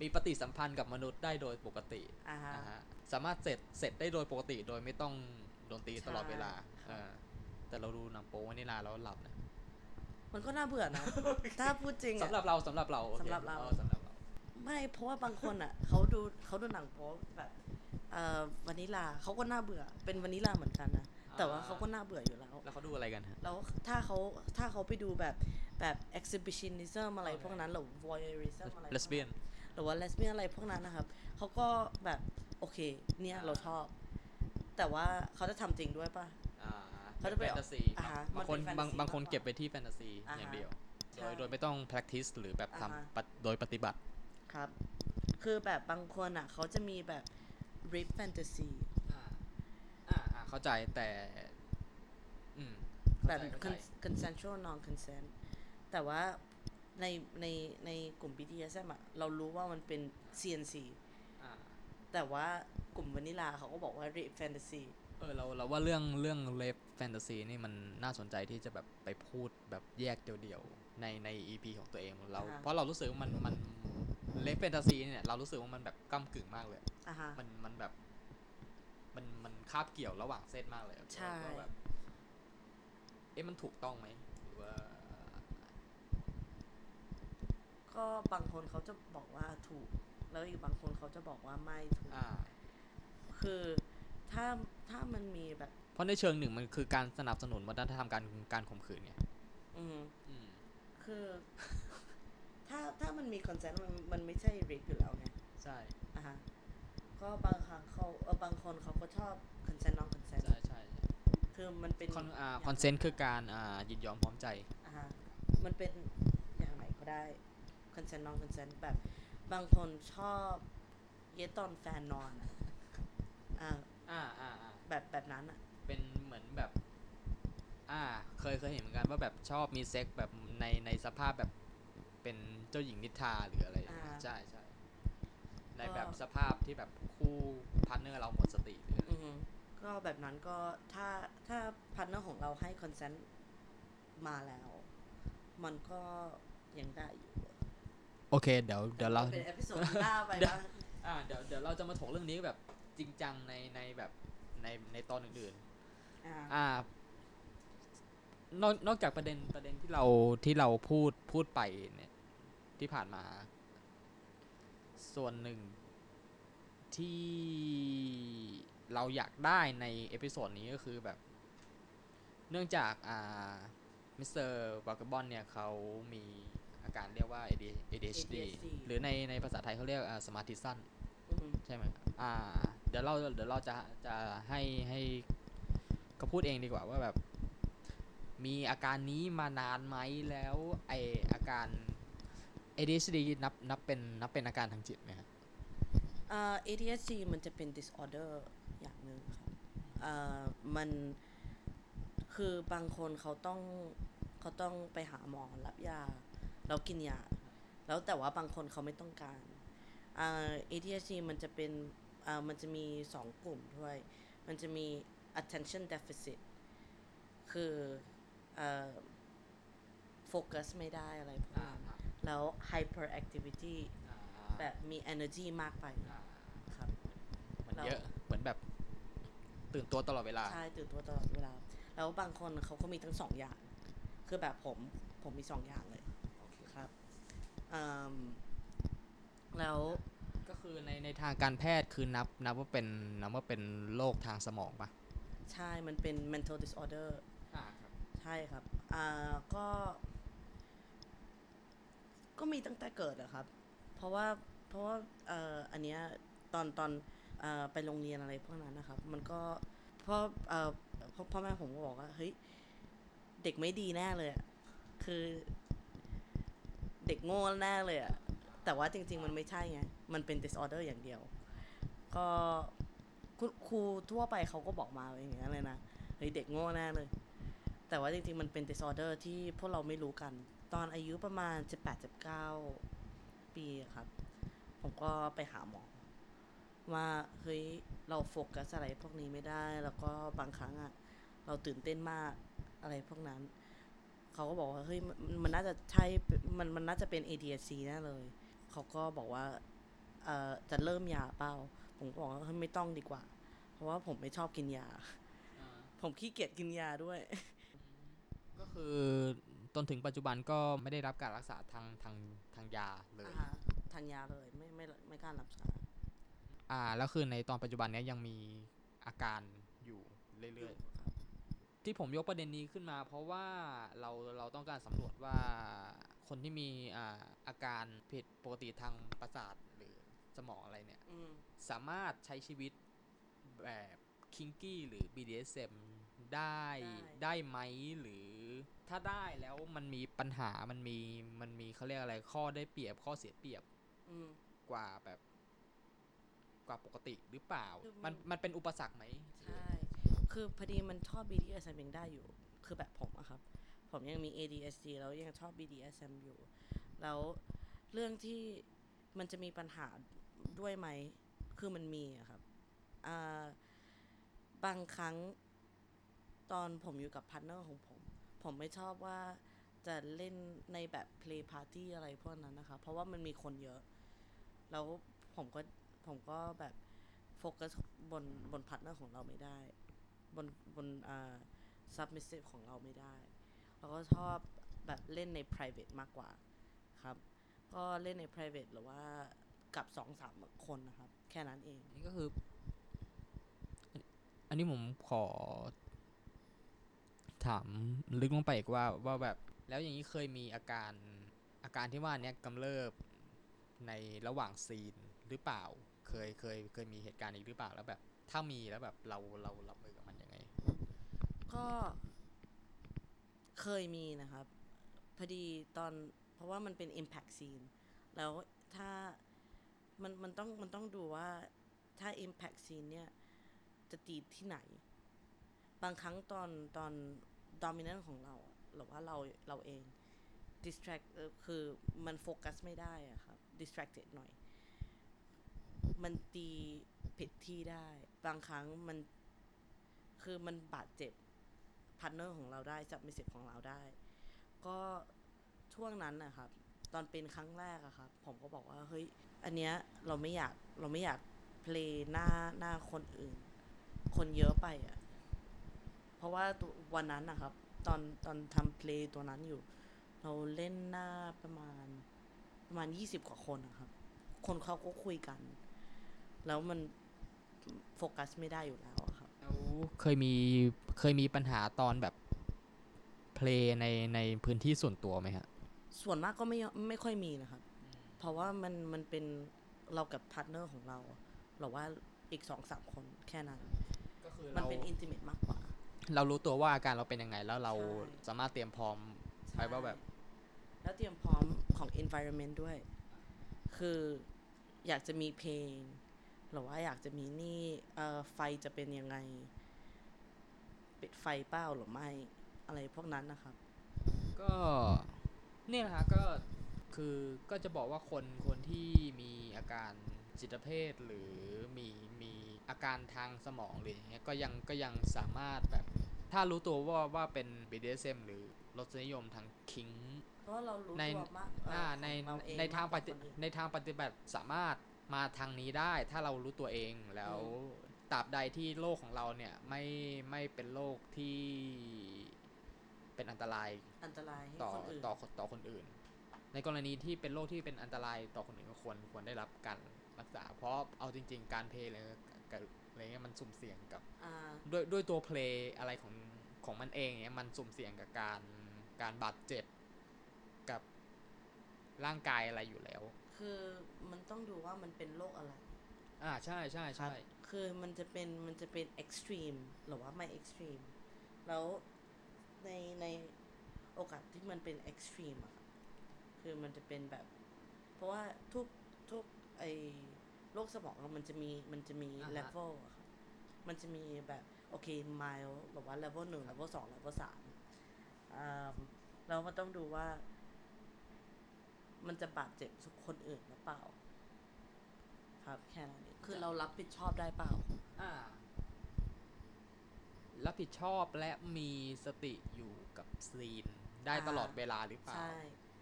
[SPEAKER 1] มีปฏิสัมพันธ์กับมนุษย์ได้โดยปกติ
[SPEAKER 2] อ่าฮะ
[SPEAKER 1] อ่าฮะสามารถเสร็จเสร็จได้โดยปกติโดยไม่ต้องโดนตี
[SPEAKER 2] ใช่
[SPEAKER 1] ตลอดเวลา
[SPEAKER 2] ค่ะ
[SPEAKER 1] เออแต่เราดูหนังโป๊วานิลาแล้วหลับนะ
[SPEAKER 2] มันก็น่าเบื่อนะ ถ้าพูดจริงอะ
[SPEAKER 1] สำหรับเราสำหรับเราโอค
[SPEAKER 2] สำหรับเรา
[SPEAKER 1] ออสำหรับเรา
[SPEAKER 2] ไม่เพราะว่าบางคนอ่ะ เขาดูเขาดูหนังโป๊แบบเอ่อวานิลาเขาก็น่าเบื่อเป็นวานิลาเหมือนกันนะแต่ว่าเขาก็น่าเบื่ออยู่แล้ว
[SPEAKER 1] แล้วเขาดูอะไรกันฮะ
[SPEAKER 2] แล้วถ้าเขาถ้าเขาไปดูแบบแบบ exhibitionism อะไร
[SPEAKER 1] โอเค
[SPEAKER 2] พวกนั้นหรือ voyeurism อะไรพวกนั้น
[SPEAKER 1] เลสเบี้ยน
[SPEAKER 2] หรือว่าเลสเบี้ยนอะไรพวกนั้นนะครับ เขาก็แบบโอเค เนี่ย
[SPEAKER 1] อ่า
[SPEAKER 2] เราชอบ แต่ว่าเขาจะทำจริงด้วยป่ะ
[SPEAKER 1] อ่า
[SPEAKER 2] เขาจะไป
[SPEAKER 1] แฟ
[SPEAKER 2] ออก
[SPEAKER 1] นตาซี
[SPEAKER 2] อ่าฮะ
[SPEAKER 1] บาง
[SPEAKER 2] มั
[SPEAKER 1] ค
[SPEAKER 2] นเป็น
[SPEAKER 1] น
[SPEAKER 2] แฟนตาซี
[SPEAKER 1] บางบางคน
[SPEAKER 2] มากกว่า
[SPEAKER 1] เก็บไปที่แฟนตาซี
[SPEAKER 2] อ่าฮะ
[SPEAKER 1] อย่างเดียว
[SPEAKER 2] ใช่
[SPEAKER 1] โดยโดยไม่ต้อง practice หรือแบบ
[SPEAKER 2] อ่าฮะ
[SPEAKER 1] ทำปฏิโดยปฏิบัติ
[SPEAKER 2] ครับ คือแบบบางคนอ่ะ เขาจะมีแบบ rape fantasy
[SPEAKER 1] อ่าอ่าเข้าใจแต่ อืมเข้า
[SPEAKER 2] แบ
[SPEAKER 1] ใจ
[SPEAKER 2] บ
[SPEAKER 1] เข้าใจ
[SPEAKER 2] con- consensual non consent แต่ว่าในในในกลุ่ม BDSM อะเรารู้ว่ามันเป็น CNC
[SPEAKER 1] อ่า
[SPEAKER 2] แต่ว่ากลุ่มวานิลาเขาก็บอกว่า rape fantasy
[SPEAKER 1] เออเราเราว่าเรื่องเรื่องเลฟแฟนตาซีนี่มันน่าสนใจที่จะแบบไปพูดแบบแยกเดี่ยวๆในใน EP ของตัวเองเรา
[SPEAKER 2] อ่าฮะ
[SPEAKER 1] เพราะเรารู้สึกว่ามันมันเลฟแฟนตาซีเนี่ยเรารู้สึกว่ามันแบบก้ากึ่งมากเลย
[SPEAKER 2] อ่ะฮะ
[SPEAKER 1] มันมันแบบ มันมันคาบเกี่ยวระหว่างเส้นมากเลย
[SPEAKER 2] ใช่
[SPEAKER 1] ว่าแบบเอ๊ะมันถูกต้องไหมหรือว่า
[SPEAKER 2] ก็บางคนเขาจะบอกว่าถูก แล้วอีกบางคนเขาจะบอกว่าไม่ถูก
[SPEAKER 1] อ่า
[SPEAKER 2] คือถ้าถ้ามันมีแบบ
[SPEAKER 1] เพราะในเชิงหนึ่งมันคือการสนับสนุนวัฒนธรรมการการข่มขืนไง
[SPEAKER 2] อืม
[SPEAKER 1] อืม
[SPEAKER 2] คือ ถ้าถ้ามันมีคอนเซนต์มันมันไม่ใช่ริกอยู่แล้วไง
[SPEAKER 1] ใช่
[SPEAKER 2] อ่ะฮะก็บางครั้งเขาเออบางคนเขาก็ชอบคอนเซนต์นองคอนเซนต์
[SPEAKER 1] ใช่ใช่
[SPEAKER 2] คือมันเป็น
[SPEAKER 1] คอนอ่าคอนเซนต์คือการอ่ายินยอมพร้อมใจ
[SPEAKER 2] อ่ะฮะมันเป็นอย่างไหนก็ได้คอนเซนต์นองคอนเซนต์แบบ บางคนชอบเย็ดตอนแฟนนอน อะอ่ะ
[SPEAKER 1] อ่าอ่าอ่า
[SPEAKER 2] แบบแบบนั้นอ่ะ
[SPEAKER 1] เป็นเหมือนแบบ อ่า เคยเคยเห็นเหมือนกันว่าแบบชอบมีเซ็กแบบในในสภาพแบบเป็นเจ้าหญิงนิทราหรืออะไรอย่างเงี้ย
[SPEAKER 2] อ่า
[SPEAKER 1] ใช่ใช่ใน
[SPEAKER 2] ก็
[SPEAKER 1] แบบสภาพที่แบบคู่พาร์ทเนอร์เราหมดสติหรืออะไร
[SPEAKER 2] อือฮึก็แบบนั้นก็ถ้าถ้าพาร์ทเนอร์ของเราให้คอนเซนต์มาแล้ว มันก็ยังได้อยู่
[SPEAKER 1] โอเค เดี๋ยวเดี๋ยวเรา
[SPEAKER 2] เป็นเอพิโซดหน้าไป
[SPEAKER 1] เดี๋ยว
[SPEAKER 2] บ้าง
[SPEAKER 1] อ่าเดี๋ยวเดี๋ยวเราจะมาถกเรื่องนี้แบบจริงจังในในแบบในในตอนอื่น
[SPEAKER 2] อ่า
[SPEAKER 1] ๆ อ่า นอกนอกจากประเด็นประเด็นที่เราที่เราพูดพูดไปเนี่ย ที่ผ่านมา ส่วนหนึ่งที่เราอยากได้ในเอพิโซดนี้ก็คือแบบ เนื่องจากอ่ามิสเตอร์บากบอนเนี่ยเขามีอาการเรียกว่า AD- ADHD หรือในในภาษาไทยเขาเรียกอ่าสมาธิสั้น
[SPEAKER 2] อือฮึ
[SPEAKER 1] ใช่ไหมครับอ่า เดี๋ยวเราเดี๋ยวเราจะจะให้ให้เขาพูดเองดีกว่าว่าแบบ มีอาการนี้มานานไหมแล้วไออาการ ADHD นับนับเป็นนับเป็นอาการทางจิตไหมครับ
[SPEAKER 2] เอ่อ ADHD มันจะเป็น disorder อย่างหนึ่งครับเอ่อมันคือบางคนเขาต้องเขาต้องไปหาหมอรับยา แล้วกินยา แล้วแต่ว่าบางคนเขาไม่ต้องการเอ่อ ADHD มันจะเป็นเอ่อมันจะมีสองกลุ่มด้วย มันจะมี attention deficit คือเอ่อโฟกัสไม่ได้อะไรพวกนั้นแล้ว hyperactivity แบบมี energy มากไปครับ
[SPEAKER 1] มันเยอะเหมือนแบบตื่นตัวตลอดเวลา
[SPEAKER 2] ใช่ตื่นตัวตลอดเวลา แล้วบางคนเขาก็มีทั้งสองอย่าง คือแบบผมผมมีสองอย่างเลยครับอืมแล้ว
[SPEAKER 1] ก็คือในในทางการแพทย์คือนับนับว่าเป็นนับว่าเป็นโรคทางสมองปะ
[SPEAKER 2] ใช่มันเป็น mental disorder
[SPEAKER 1] อ่าครับ
[SPEAKER 2] ใช่ครับ อ่า ก็ ก็มีตั้งแต่เกิดอะครับ เพราะว่า เพราะว่าเอ่ออันเนี้ยตอนตอนเอ่อไปโรงเรียนอะไรพวกนั้นนะครับ มันก็เพราะเอ่อพ่อพ่อแม่ผมก็บอกว่า เฮ้ย เด็กไม่ดีแน่เลยอะคือ เด็กโง่แน่เลยอะแต่ว่าจริง ๆ มันไม่ใช่ไง มันเป็น disorder อย่างเดียว ก็คุณครูทั่วไปเขาก็บอกมาอย่างเงี้ยเลยนะ เฮ้ย เด็กโง่แน่เลย แต่ว่าจริงๆ มันเป็น disorder ที่พวกเราไม่รู้กัน ตอนอายุประมาณ 18-19 ปีอะครับ ผมก็ไปหาหมอ ว่า เฮ้ย เราโฟกัสอะไรพวกนี้ไม่ได้ แล้วก็บางครั้งอะเราตื่นเต้นมากอะไรพวกนั้น เขาก็บอกว่า เฮ้ย มันมันน่าจะใช่ มันมันน่าจะเป็น ADHD แน่เลย เขาก็บอกว่า เอ่อ จะเริ่มยาเปล่า ผมก็บอกว่าเฮ้ยไม่ต้องดีกว่า เพราะว่าผมไม่ชอบกินยา ผมขี้เกียจกินยาด้วย
[SPEAKER 1] ก็คือจนถึงปัจจุบันก็ไม่ได้รับการรักษาทางทางทางยาเลย
[SPEAKER 2] อ่าฮะทานยาเลยไม่ไม่ไม่กล้ารับสาร
[SPEAKER 1] อ่าแล้วคือในตอนปัจจุบันเนี้ยยังมีอาการอยู่เรื่อย
[SPEAKER 2] ครับ
[SPEAKER 1] ๆ ที่ผมยกประเด็นนี้ขึ้นมา เพราะว่าเราเราต้องการสำรวจว่าคนที่มีอ่าอาการผิดปกติทางประสาทหรือสมองอะไรเนี่ย
[SPEAKER 2] อืม
[SPEAKER 1] สามารถใช้ชีวิตแบบคิงกี้หรือ BDSM ได้ได้ไหมหรือถ้าได้แล้วมันมีปัญหามันมีมันมีเขาเรียกอะไรข้อได้เปรียบข้อเสียเปรียบ
[SPEAKER 2] อืม
[SPEAKER 1] กว่าแบบกว่าปกติหรือเปล่า
[SPEAKER 2] คือมั
[SPEAKER 1] มัน
[SPEAKER 2] น
[SPEAKER 1] มันเป็นอุปสรรคไหม
[SPEAKER 2] ใช่ คือพอดีมันชอบ BDSM ยังได้อยู่ คือแบบผมอะครับ ผมยังมี ADSD แล้วยังชอบ BDSM อยู่ แล้วเรื่องที่มันจะมีปัญหาด้วยไหม คือมันมีอะครับอ่าบางครั้งตอนผมอยู่กับพาร์ทเนอร์ของผม ผมไม่ชอบว่าจะเล่นในแบบ play party อะไรพวกนั้นนะคะ เพราะว่ามันมีคนเยอะ แล้วผมก็ผมก็แบบ โฟกัสบนบนพาร์ทเนอร์ของเราไม่ได้ บนบนอ่า submissive ของเราไม่ได้เราก็ชอบแบบเล่นใน private มากกว่าครับ ก็เล่นใน private หรือว่ากับสองสามคนนะครับ แค่นั้นเอง
[SPEAKER 1] นี่ก็คือ อันนี้ผมขอ ถามลึกลงไปอีกว่าว่าแบบแล้วอย่างนี้เคยมีอาการอาการที่ว่าเนี้ยกำเริบในระหว่างซีนหรือเปล่า เคยเคยเคยมีเหตุการณ์นี้หรือเปล่าแล้วแบบ ถ้ามีแล้วแบบเราเรารับมือกับมันยังไง
[SPEAKER 2] ก็เคยมีนะครับ พอดีตอนเพราะว่ามันเป็น impact scene แล้วถ้ามันมันต้องมันต้องดูว่าถ้า impact scene เนี่ย จะตีที่ไหน บางครั้งตอนตอน dominant ของเราอะหรือว่าเราเราเอง distract เอ่อคือมันโฟกัสไม่ได้อะครับ distracted หน่อย มันตีผิดที่ได้ บางครั้งมันคือมันบาดเจ็บ พาร์ทเนอร์ของเราได้จับมิสิบของเราได้ ก็ช่วงนั้นนะครับ ตอนเป็นครั้งแรกอะครับ ผมก็บอกว่า เฮ้ย อันเนี้ยเราไม่อยากเราไม่อยากเพลงหน้าหน้าคนอื่น คนเยอะไปอะเพราะว่าตัววันนั้นนะครับ ตอนตอนทำเพลงตัวนั้นอยู่ เราเล่นหน้าประมาณประมาณยี่สิบกว่าคนนะครับ คนเขาก็คุยกัน แล้วมันโฟกัสไม่ได้อยู่แล้วอะครับ
[SPEAKER 1] แล้วเคยมีเคยมีปัญหาตอนแบบเพลย์ในในพื้นที่ส่วนตัวไหมฮะ
[SPEAKER 2] ส่วนมากก็ไม่ไม่ค่อยมีนะครับ เพราะว่ามันมันเป็นเรากับพาร์ทเนอร์ของเราหรือว่าอีกสองสามคนแค่นั้น
[SPEAKER 1] ก็คือ
[SPEAKER 2] มัน
[SPEAKER 1] เรา
[SPEAKER 2] เป็นอินติเมตมากกว่า
[SPEAKER 1] เรารู้ตัวว่าอาการเราเป็นยังไง แล้วเรา
[SPEAKER 2] ใช่
[SPEAKER 1] สามารถเตรียมพร้อมไปว่าแบบ
[SPEAKER 2] แล้วเตรียมพร้อมของ environment ด้วย คืออยากจะมีเพลง หรือว่าอยากจะมีนี่เอ่อไฟจะเป็นยังไง ปิดไฟเปล่าหรือไม่ อะไรพวกนั้นนะครับ
[SPEAKER 1] ก็เนี่ยนะฮะก็คือก็จะบอกว่าคนคนที่มีอาการจิตเภทหรือมีมีอาการทางสมองหรืออย่างเงี้ยก็ยังก็ยังสามารถแบบ ถ้ารู้ตัวว่าว่าเป็น BDSM หรือรสนิยมทางคิง
[SPEAKER 2] เพราะเรารู้
[SPEAKER 1] ใน
[SPEAKER 2] ตัวมากเอ่อ
[SPEAKER 1] อ่า
[SPEAKER 2] ของ
[SPEAKER 1] ใน
[SPEAKER 2] เราเอ
[SPEAKER 1] ในทาง
[SPEAKER 2] มกก
[SPEAKER 1] ป
[SPEAKER 2] ว่
[SPEAKER 1] ฏิ
[SPEAKER 2] คนอื่น
[SPEAKER 1] ในทางปฏิบัติสามารถมาทางนี้ได้ ถ้าเรารู้ตัวเองแล้วตราบใดที่โลกของเราเนี่ยไม่ไม่เป็นโลกที่เป็นอันตราย
[SPEAKER 2] อันตรายให้
[SPEAKER 1] ต่อ
[SPEAKER 2] คนอื่น
[SPEAKER 1] ต่อต่อคนอื่น ในกรณีที่เป็นโรคที่เป็นอันตรายต่อคนอื่นก็ควรควรได้รับการรักษา เพราะเอาจริง ๆ การเพลย์อะไรกับอะไรเงี้ยมันสุ่มเสี่ยงกับ
[SPEAKER 2] อ่า
[SPEAKER 1] ด้วยด้วยตัวเพลย์อะไรของของมันเองเนี่ยมันสุ่มเสี่ยงกับการการบาดเจ็บกับร่างกายอะไรอยู่แล้ว
[SPEAKER 2] คือมันต้องดูว่ามันเป็นโรคอะไร
[SPEAKER 1] อ่าใช่ใช่ใช่
[SPEAKER 2] คือมันจะเป็นมันจะเป็นเอ็กซ์ตรีมหรือว่าไม่เอ็กซ์ตรีมแล้วในในโอกาสที่มันเป็นเอ็กซ์ตรีมอะค่ะคือมันจะเป็นแบบ เพราะว่าทุกทุกไอโรคสมองเรามันจะมีมันจะมีเลเวลอะค่ะมันจะมีแบบโอเคมายหรือว่าเลเวลหนึ่งเลเวลสองเลเวลสามอ่าเรามันต้องดูว่า มันจะบาดเจ็บคนอื่นหรือเปล่า ครับแค่นั้นเองคือเรารับผิดชอบได้เปล่า
[SPEAKER 1] อ่ารับผิดชอบและมีสติอยู่กับซีนได้
[SPEAKER 2] อ่า
[SPEAKER 1] ตลอดเวลาหรือเปล่า
[SPEAKER 2] ใช่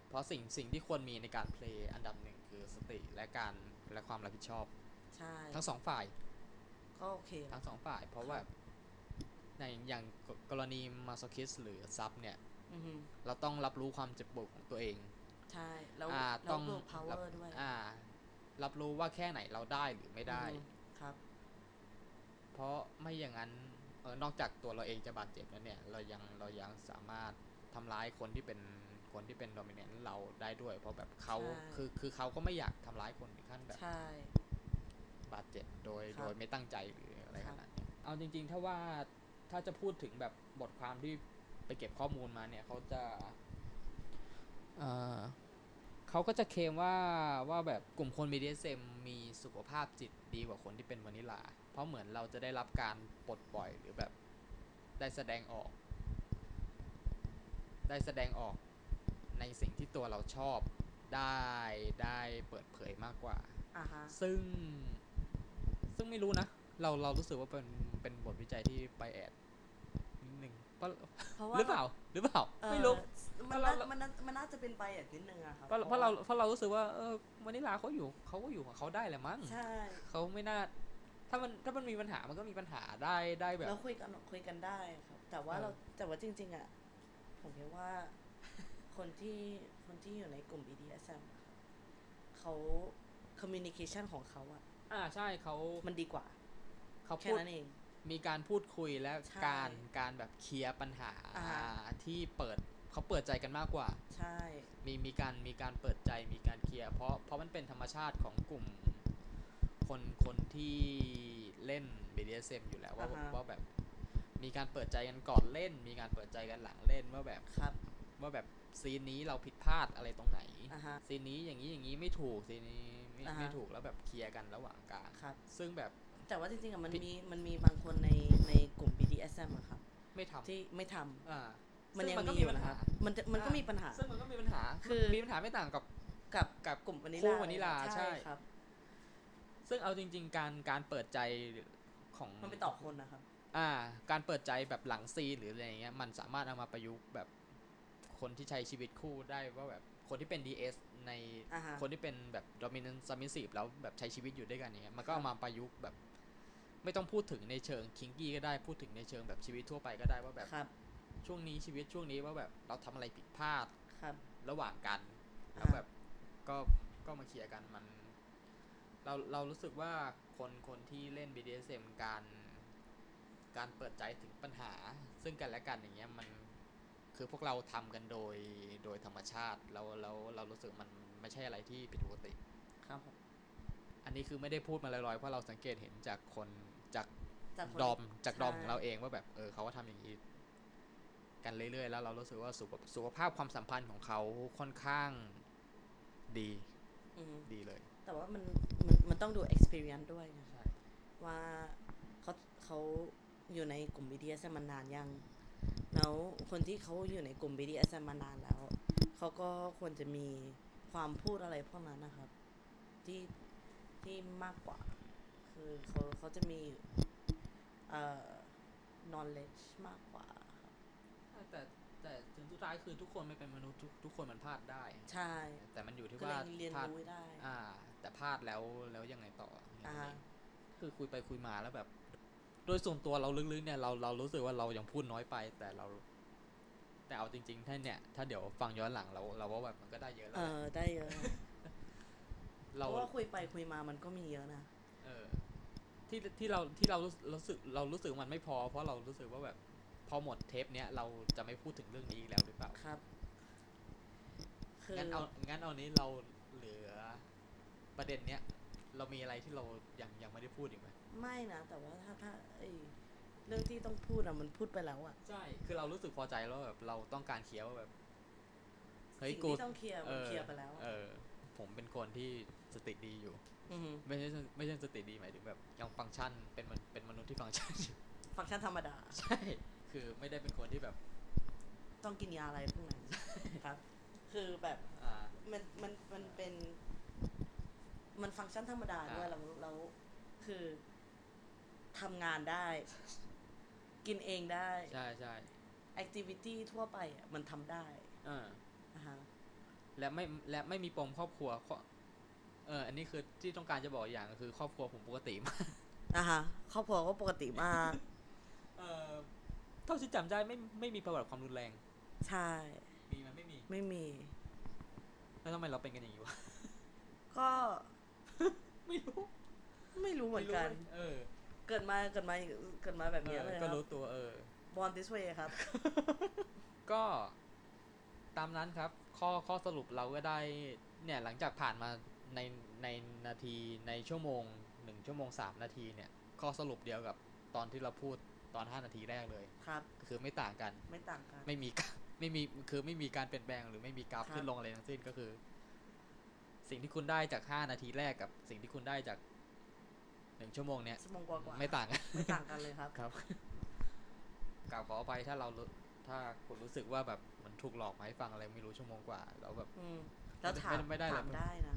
[SPEAKER 1] เพราะสิ่งสิ่งที่ควรมีในการเพลย์อันดับหนึ่งคือสติและการและความรับผิดชอบ
[SPEAKER 2] ใช่
[SPEAKER 1] ทั้งสองฝ่าย
[SPEAKER 2] ก็โอเค
[SPEAKER 1] ทั้งสองฝ่าย เพราะว่าในอย่างกกรณีมาสคิสหรือซับเนี่ย
[SPEAKER 2] อือฮึ
[SPEAKER 1] เราต้องรับรู้ความเจ็บปวดของตัวเอง
[SPEAKER 2] ใช่แล้ว
[SPEAKER 1] อ่า
[SPEAKER 2] แล้ว
[SPEAKER 1] ต้อง
[SPEAKER 2] ดู power
[SPEAKER 1] รับ
[SPEAKER 2] ด้วย
[SPEAKER 1] อ่า รับรู้ว่าแค่ไหนเราได้หรือไม่ได้
[SPEAKER 2] อือฮึครับ
[SPEAKER 1] เพราะไม่อย่างนั้นเออนอกจากตัวเราเองจะบาดเจ็บแล้วเนี่ย เรายังเรายังสามารถทำร้ายคนที่เป็นคนที่เป็นโดมิเนนต์เราได้ด้วย เพราะแบบเขา
[SPEAKER 2] ใช่
[SPEAKER 1] คือคือเขาก็ไม่อยากทำร้ายคนถึงขั้นแบบ
[SPEAKER 2] ใช่
[SPEAKER 1] บาดเจ็บโดย
[SPEAKER 2] ครับ
[SPEAKER 1] โดยไม่ตั้งใจหรืออะไร
[SPEAKER 2] ค
[SPEAKER 1] ข
[SPEAKER 2] รับ
[SPEAKER 1] นาดนั้นเอาจริง ๆ ถ้าว่าถ้าจะพูดถึงแบบบทความที่ไปเก็บข้อมูลมาเนี่ยเขาจะเอ่อเขาก็จะเคลมว่าว่าแบบกลุ่มคน BDSM มีสุขภาพจิตดีกว่าคนที่เป็นวานิลา เพราะเหมือนเราจะได้รับการปลดปล่อยหรือแบบได้แสดงออก ได้แสดงออกในสิ่งที่ตัวเราชอบได้ได้เปิดเผยมากกว่า
[SPEAKER 2] อ่าฮะ
[SPEAKER 1] ซึ่งซึ่งไม่รู้นะ เราเรารู้สึกว่าเป็นเป็นบทวิจัยที่ไปแอดนิดนึงปะ
[SPEAKER 2] เพราะ
[SPEAKER 1] ห
[SPEAKER 2] ว่า
[SPEAKER 1] รือเปล่าหรือเปล่า
[SPEAKER 2] เอ่อ
[SPEAKER 1] ไม่รู้
[SPEAKER 2] มัน
[SPEAKER 1] เพราะ
[SPEAKER 2] น่า
[SPEAKER 1] เรา
[SPEAKER 2] มันน่ามันน่าจะเป็นไปอย่างนิดนึงอะครับ
[SPEAKER 1] เพราะเพราะเราเพราะเรารู้สึกว่าเออวานิลาเขาอยู่เขาก็อยู่ของเขาได้แหละมั้ง
[SPEAKER 2] ใช่
[SPEAKER 1] เขาไม่น่า ถ้ามันถ้ามันมีปัญหามันก็มีปัญหาได้ได้แบบ
[SPEAKER 2] เราคุยกันคุยกันได้ครับ แต่ว่า
[SPEAKER 1] เออ
[SPEAKER 2] เราแต่ว่าจริง ๆอะผมคิดว่า คนที่คนที่อยู่ในกลุ่ม BDSM อะครับเขา communication ของเขาอะ
[SPEAKER 1] อ่าใช่เขา
[SPEAKER 2] มันดีกว่า
[SPEAKER 1] เขา
[SPEAKER 2] แค่
[SPEAKER 1] พูด
[SPEAKER 2] นั้นเอง
[SPEAKER 1] มีการพูดคุยและ
[SPEAKER 2] ใช่
[SPEAKER 1] การการแบบเคลียร์ปัญหา
[SPEAKER 2] อ่า
[SPEAKER 1] ที่เปิดเขาเปิดใจกันมากกว่า
[SPEAKER 2] ใช่
[SPEAKER 1] มีมีการมีการเปิดใจมีการเคลียร์เพราะเพราะมันเป็นธรรมชาติของกลุ่ม คนคนที่เล่น BDSM อยู่แล้วว่า
[SPEAKER 2] อ่าฮะ
[SPEAKER 1] ว่าแบบ มีการเปิดใจกันก่อนเล่น มีการเปิดใจกันหลังเล่นว่าแบบ
[SPEAKER 2] ครับ
[SPEAKER 1] ว่าแบบซีนนี้เราผิดพลาดอะไรตรงไหน
[SPEAKER 2] อ่าฮะ
[SPEAKER 1] ซีนนี้อย่างนี้อย่างนี้ไม่ถูกซีนนี้ไม่
[SPEAKER 2] อ่าฮะ
[SPEAKER 1] ไม่ถูกแล้วแบบเคลียร์กันระหว่างกลาง
[SPEAKER 2] ครับ
[SPEAKER 1] ซึ่งแบบ
[SPEAKER 2] แต่ว่าจริงๆอะมันมีมันมีบางคนในในกลุ่ม BDSM อะครับ
[SPEAKER 1] ไม่ท
[SPEAKER 2] ที่ไม่ทำ
[SPEAKER 1] ำอ่า
[SPEAKER 2] มัน
[SPEAKER 1] ซึ่
[SPEAKER 2] ยัง
[SPEAKER 1] มัก็
[SPEAKER 2] มี
[SPEAKER 1] มี
[SPEAKER 2] อยู่
[SPEAKER 1] ปัญ
[SPEAKER 2] นะค
[SPEAKER 1] หา
[SPEAKER 2] รับมันจะมันก็
[SPEAKER 1] อ่ามี
[SPEAKER 2] มีปัญหา
[SPEAKER 1] ซึ่งมันก็มีปัญหา
[SPEAKER 2] คือ
[SPEAKER 1] มีปัญหาไม่ต่างกับ
[SPEAKER 2] กับ
[SPEAKER 1] กับ
[SPEAKER 2] กลุ่มวานิลา
[SPEAKER 1] คู่วานิลาใช่
[SPEAKER 2] ครับ
[SPEAKER 1] ซึ่งเอาจริง ๆ การการเปิดใจของ
[SPEAKER 2] มันไปต่อคนนะครับ
[SPEAKER 1] อ่าการเปิดใจแบบหลังซีนหรืออะไรอย่างเงี้ยมันสามารถเอามาประยุกต์แบบคนที่ใช้ชีวิตคู่ได้ว่าแบบคนที่เป็น DS ใน
[SPEAKER 2] อ่าฮะ
[SPEAKER 1] คนที่เป็นแบบ dominant submissive แล้วแบบใช้ชีวิตอยู่ด้วยกันอย่างเงี้ยมันก็เอามาประยุกต์แบบ ไม่ต้องพูดถึงในเชิงคิงกี้ก็ได้พูดถึงในเชิงแบบชีวิตทั่วไปก็ได้ว่าแบบ
[SPEAKER 2] ครับ
[SPEAKER 1] ช่วงนี้ชีวิตช่วงนี้ว่าแบบเราทำอะไรผิดพลาด
[SPEAKER 2] ครับ
[SPEAKER 1] ระหว่างกัน
[SPEAKER 2] อ่า
[SPEAKER 1] แล้วแบบก็ก็มาเคลียร์กันมัน เราเรารู้สึกว่าคนคนที่เล่น BDSM การ การเปิดใจถึงปัญหา ซึ่งกันและกันอย่างเงี้ยมันคือพวกเราทำกันโดยโดยธรรมชาติแล้วแล้วเรารู้สึกมันไม่ใช่อะไรที่ผิดปกติ
[SPEAKER 2] ครับผม
[SPEAKER 1] อันนี้คือไม่ได้พูดมาลอยๆเพราะเราสังเกตเห็นจากคนจาก
[SPEAKER 2] จ จากคน
[SPEAKER 1] ดอมจาก
[SPEAKER 2] ใช่
[SPEAKER 1] ดอมของเราเองว่าแบบเออเขาก็ทำอย่างนี้กันเรื่อยๆ แล้วเรารู้สึกว่าสุขสุขภาพความสัมพันธ์ของเขาค่อนข้างดี
[SPEAKER 2] อืม
[SPEAKER 1] ดีเลย
[SPEAKER 2] แต่ว่ามันมันมันต้องดู experience ด้วยนะ
[SPEAKER 1] ใช่
[SPEAKER 2] ว่าเขาเขาอยู่ในกลุ่ม BDS มานานยัง แล้วคนที่เขาอยู่ในกลุ่ม BDS มานานแล้ว เขาก็ควรจะมีความพูดอะไรพวกนั้นนะครับ ที่ที่มากกว่า คือเขาเขาจะมีเอ่อ knowledge มากกว่าครับ
[SPEAKER 1] แต่แต่ถึงสุดท้ายคือทุกคนไม่เป็นมนุษย์ทุกทุกคนมันพลาดได้
[SPEAKER 2] ใช่
[SPEAKER 1] แต่มันอยู่ที่
[SPEAKER 2] ก็
[SPEAKER 1] ว่า
[SPEAKER 2] เลยเรียน
[SPEAKER 1] พลาด
[SPEAKER 2] รู้ได้
[SPEAKER 1] อ่า แต่พลาดแล้วแล้วยังไงต่ออ
[SPEAKER 2] อ่า
[SPEAKER 1] คือคุยไปคุยมาแล้วแบบ โดยส่วนตัวเราลึกๆเนี่ยเราเรารู้สึกว่าเรายังพูดน้อยไป แต่เรา แต่เอาจริงๆถ้าเนี่ย ถ้าเดี๋ยวฟังย้อนหลังเราเราว่าแบบมันก็ได้เยอะแล้
[SPEAKER 2] เอ
[SPEAKER 1] วแหละ
[SPEAKER 2] อได้เยอะ เพ
[SPEAKER 1] เรา
[SPEAKER 2] ราะว่าคุยไปคุยมามันก็มีเยอะนะ
[SPEAKER 1] เออที่ที่เราที่เรารู้รู้สึกเรารู้สึกมันไม่พอ เพราะเรารู้สึกว่าแบบพอหมดเทปเนี้ยเราจะไม่พูดถึงเรื่องนี้อีกแล้วหรือเปล่า
[SPEAKER 2] ครับ คือ
[SPEAKER 1] งั้นเอางั้นเอานี้เราเหลือประเด็นเนี้ยเรามีอะไรที่เรายังยังไม่ได้พูดอีกไหม
[SPEAKER 2] ไม่นะ แต่ว่าถ้าถ้าไอเรื่องที่ต้องพูดอะมันพูดไปแล้วอะ
[SPEAKER 1] ใช่คือเรารู้สึกพอใจแล้วแบบเราต้องการเคลียร์ว่าแบบเฮ้ย
[SPEAKER 2] สิ่ง
[SPEAKER 1] กู
[SPEAKER 2] ที่ต้องเคลียร์มันเคลียร์ไปแล้ว
[SPEAKER 1] เออ ผมเป็นคนที่สติดีอยู่
[SPEAKER 2] ม
[SPEAKER 1] ไม่ใช่ไม่ใช่สติดีหมายถึงแบบยังฟังก์ชันเป็นมนเป็นมนุษย์ที่ฟังก์ชันอยู่
[SPEAKER 2] ฟังก์ชันธรรมดา
[SPEAKER 1] ใช่คือไม่ได้เป็นคนที่แบบ
[SPEAKER 2] ต้องกินยาอะไรพวก นั้นครับ คือแบบ
[SPEAKER 1] อ่า
[SPEAKER 2] มันมันมันเป็น มันฟังก์ชันธรรมดาด้วย
[SPEAKER 1] อ่า
[SPEAKER 2] แล้วแล้วคือทำงานได้ กินเองได้
[SPEAKER 1] ใช่ใช่
[SPEAKER 2] แอคทิวิตี้ทั่วไปอะมันทำได้
[SPEAKER 1] อ่า
[SPEAKER 2] นะฮะ
[SPEAKER 1] และไม่และไม่มีปมครอบครัวข้อเอออันนี้คือที่ต้องการจะบอกอย่างคือครอบครัวผมปกติมาก
[SPEAKER 2] นะคะครอบครัวก็ปกติ มาก
[SPEAKER 1] เออเท่าที่จำได้ไม่ไม่มีประวัติความรุนแรง
[SPEAKER 2] ใช่
[SPEAKER 1] มีไหมไม่มี
[SPEAKER 2] ไม่มี
[SPEAKER 1] แล้วทำไมเราเป็นกันอย่างนี้วะ
[SPEAKER 2] ก็
[SPEAKER 1] ไม่รู้
[SPEAKER 2] ไม่รู้เหมือนกัน
[SPEAKER 1] เออ
[SPEAKER 2] เกิดมาเกิดมาเกิดมาแบบ
[SPEAKER 1] เอ
[SPEAKER 2] เนี้ย
[SPEAKER 1] อ
[SPEAKER 2] เลยค
[SPEAKER 1] ก็
[SPEAKER 2] รับ
[SPEAKER 1] รู้ตัวเออ
[SPEAKER 2] บอลดิสเวย์ครับ
[SPEAKER 1] ก็ตามนั้นครับ ข้อข้อสรุปเราก็ได้เนี่ยหลังจากผ่านมาในในนาทีในชั่วโมงหนึ่งชั่วโมงสามนาทีเนี่ย ข้อสรุปเดียวกับตอนที่เราพูดตอนห้านาทีแรกเลย
[SPEAKER 2] ครับ
[SPEAKER 1] คือไม่ต่างกัน
[SPEAKER 2] ไม่ต่างกัน
[SPEAKER 1] ไม่มี กราฟไม่มีคือไม่มีการเปลี่ยนแปลงหรือไม่มีกราฟ
[SPEAKER 2] ครับ
[SPEAKER 1] ขึ้นลงอะไรทั้งสิ้นก็คือ สิ่งที่คุณได้จาก 5 นาทีแรกกับสิ่งที่คุณได้จาก 1 ชั่วโมงเนี้ย
[SPEAKER 2] ชั่วโมงกว่ากว่า
[SPEAKER 1] ไม่ต่างกัน
[SPEAKER 2] ไม่ต่างกันเลยครับ
[SPEAKER 1] ครับกล่าวขอไปถ้าเรารู้ถ้าคุณรู้สึกว่าแบบมันถูกหลอกมาให้ฟังอะไรไม่รู้ชั่วโมงกว่าแล้วแบบ
[SPEAKER 2] อืมแล้วถาม
[SPEAKER 1] ไม่ได้เลย
[SPEAKER 2] ถามได้นะ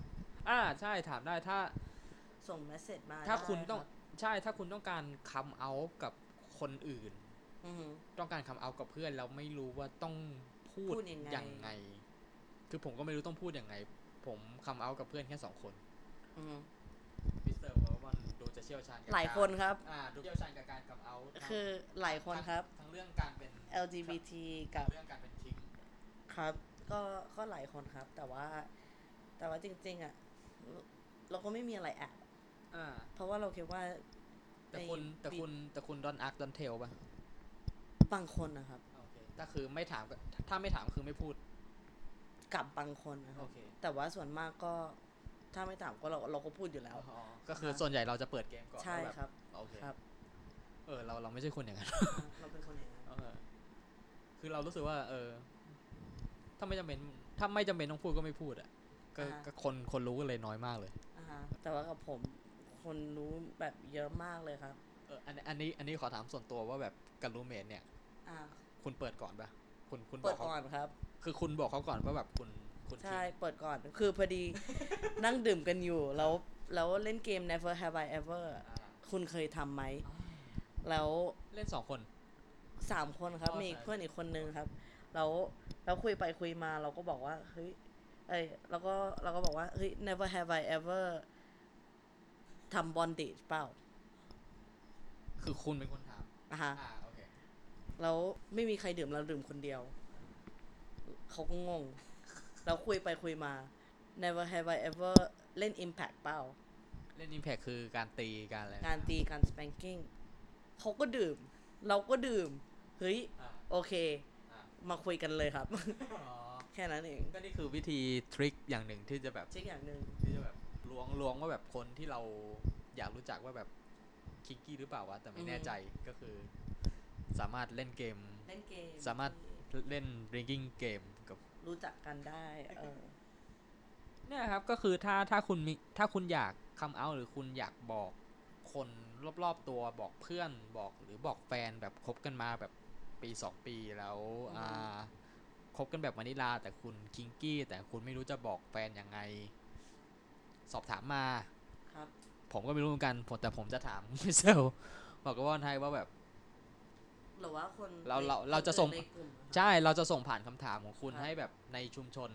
[SPEAKER 1] อ่าใช่ถามได้ถ้า
[SPEAKER 2] ส่งเมสเซจมา
[SPEAKER 1] ถ้าคุณ
[SPEAKER 2] ได้
[SPEAKER 1] ต้อง
[SPEAKER 2] รับ
[SPEAKER 1] ใช่ถ้าคุณต้องการคำเอากับคนอื่น
[SPEAKER 2] อือหือ
[SPEAKER 1] ต้องการคำเอากับเพื่อนแล้วไม่รู้ว่าต้องพูด
[SPEAKER 2] พูดยังไง
[SPEAKER 1] ยังไง คือผมก็ไม่รู้ต้องพูดยังไง ผมคำเอากับเพื่อนแค่สองคน
[SPEAKER 2] อือหือ
[SPEAKER 1] มิสเตอร์วอลมันดูจะเชี่ยวชาญกับ
[SPEAKER 2] หลายคนครับ
[SPEAKER 1] การอ่าดูเชี่ยวชาญกับการคำเอาทั้ง
[SPEAKER 2] คือหลายคนครับ
[SPEAKER 1] ทั้งเรื่องการเป็น
[SPEAKER 2] LGBT
[SPEAKER 1] ทั้
[SPEAKER 2] กับ
[SPEAKER 1] งเรื่องการเป็นทิ้ง
[SPEAKER 2] ครับ ก็ก็หลายคนครับ แต่ว่า แต่ว่าจริง ๆ อ่ะ เราก็ไม่มีอะไรแอบ
[SPEAKER 1] อ่า
[SPEAKER 2] เพราะว่าเราคิดว่า
[SPEAKER 1] แต่คุณ
[SPEAKER 2] ใน
[SPEAKER 1] แต่คุณแต่คุณดอนอาร์คดอนเทลป่ะ
[SPEAKER 2] บางคนนะครับ
[SPEAKER 1] โอเคถ้าคือไม่ถามก็ถ้าไม่ถามคือไม่พูด
[SPEAKER 2] กับบางคนนะครั
[SPEAKER 1] โอบ เค
[SPEAKER 2] แต่ว่าส่วนมากก็ถ้าไม่ถามก็เราเราก็พูดอยู่แล้ว
[SPEAKER 1] อ๋อก็คือส่วนใหญ่เราจะเปิดเกมก่อน
[SPEAKER 2] ใช่
[SPEAKER 1] ว่าแ
[SPEAKER 2] ครับ
[SPEAKER 1] โอเค
[SPEAKER 2] ครับ
[SPEAKER 1] เออเราเราไม่ใช่คนอย่างนั้น
[SPEAKER 2] เราเป็นคนอย่างนั้น
[SPEAKER 1] เออคือเรารู้สึกว่า เออ ถ้าไม่จำเป็น ถ้าไม่จำเป็นต้องพูดก็ไม่พูดอ่ะก็
[SPEAKER 2] าฮะ
[SPEAKER 1] ก็คนคนรู้กันเลยน้อยมากเลย
[SPEAKER 2] อ่าฮะแต่ว่ากับผมคนรู้แบบเยอะมากเลยครับ
[SPEAKER 1] เอออันอันนี้ อันนี้ขอถามส่วนตัวว่าแบบกับรูเมทเนี่ย
[SPEAKER 2] อ่า
[SPEAKER 1] คุณเปิดก่อนปะคุณคุณบ
[SPEAKER 2] เปิ
[SPEAKER 1] อ
[SPEAKER 2] ด
[SPEAKER 1] กเขา
[SPEAKER 2] ก่อนครับ
[SPEAKER 1] คือคุณบอกเขาก่อนว่าแบบคุณคุณ
[SPEAKER 2] ใช่เปิดก่อนคือพอดี นั่งดื่มกันอยู่ แล้วแล้วเล่นเกม Never Have I Ever
[SPEAKER 1] อ่า
[SPEAKER 2] คุณเคยทำไหม แล้ว
[SPEAKER 1] เล่นสองคน
[SPEAKER 2] สามคนครับ
[SPEAKER 1] อ๋อ
[SPEAKER 2] มี
[SPEAKER 1] สาม
[SPEAKER 2] เพื่อนอีกคนนึงครับ แล้วแล้วคุยไปคุยมาเราก็บอกว่าเฮ้ยเอ้ยเราก็เราก็บอกว่าเฮ้ย Never Have I Ever ทำบอนดิเปล่า
[SPEAKER 1] คือคุณเป็นคนถาม
[SPEAKER 2] อ่ะฮะ
[SPEAKER 1] อ่า โอเค
[SPEAKER 2] แล้วไม่มีใครดื่มเราดื่มคนเดียว เขาก็งง เราคุยไปคุยมา never have I ever เล่น impact เปล่า
[SPEAKER 1] เล่น Impact คือการตีการอะไร
[SPEAKER 2] การตีการ spanking เขาก็ดื่ม เราก็ดื่ม เฮ้ย
[SPEAKER 1] อ่า
[SPEAKER 2] โอเค
[SPEAKER 1] อ่า
[SPEAKER 2] มาคุยกันเลยครับ
[SPEAKER 1] อ๋อ
[SPEAKER 2] แค่นั้นเอง
[SPEAKER 1] ก็นี่คือวิธีทริคอย่างหนึ่งที่จะแบบ
[SPEAKER 2] เช็คอย่างหนึ่ง
[SPEAKER 1] ที่จะแบบล้วงล้วงว่าแบบคนที่เราอยากรู้จักว่าแบบ คิกกี้หรือเปล่าวะ แต่ไม่
[SPEAKER 2] อืม
[SPEAKER 1] แน่ใจก็คือ สามารถเล่นเกม
[SPEAKER 2] เล่นเกม
[SPEAKER 1] สามารถ เล่น drinking game กับ
[SPEAKER 2] รู้จักกันได้เออ
[SPEAKER 1] เนี่ยครับก็คือถ้าถ้าคุณมีถ้าคุณอยากคำเอาหรือคุณอยากบอกคนรอบๆตัวบอกเพื่อนบอกหรือบอกแฟนแบบคบกันมาแบบปีสองปีแล้ว
[SPEAKER 2] อืม
[SPEAKER 1] อ่าคบกันแบบวานิลาแต่คุณคิงกี้ แต่คุณไม่รู้จะบอกแฟนยังไง สอบถามมา
[SPEAKER 2] ครับ
[SPEAKER 1] ผมก็ไม่รู้เหมือนกันผมแต่ผมจะถาม มิเซลบอกกับว่าไทยว่าแบบ
[SPEAKER 2] หรือว่าคน
[SPEAKER 1] เราเรา
[SPEAKER 2] ใน
[SPEAKER 1] เราจะส่ง
[SPEAKER 2] คนในกลุ่มอะครับ
[SPEAKER 1] ใช่เราจะส่งผ่านคำถามของคุณ
[SPEAKER 2] ครับ
[SPEAKER 1] ให้แบบในชุมชน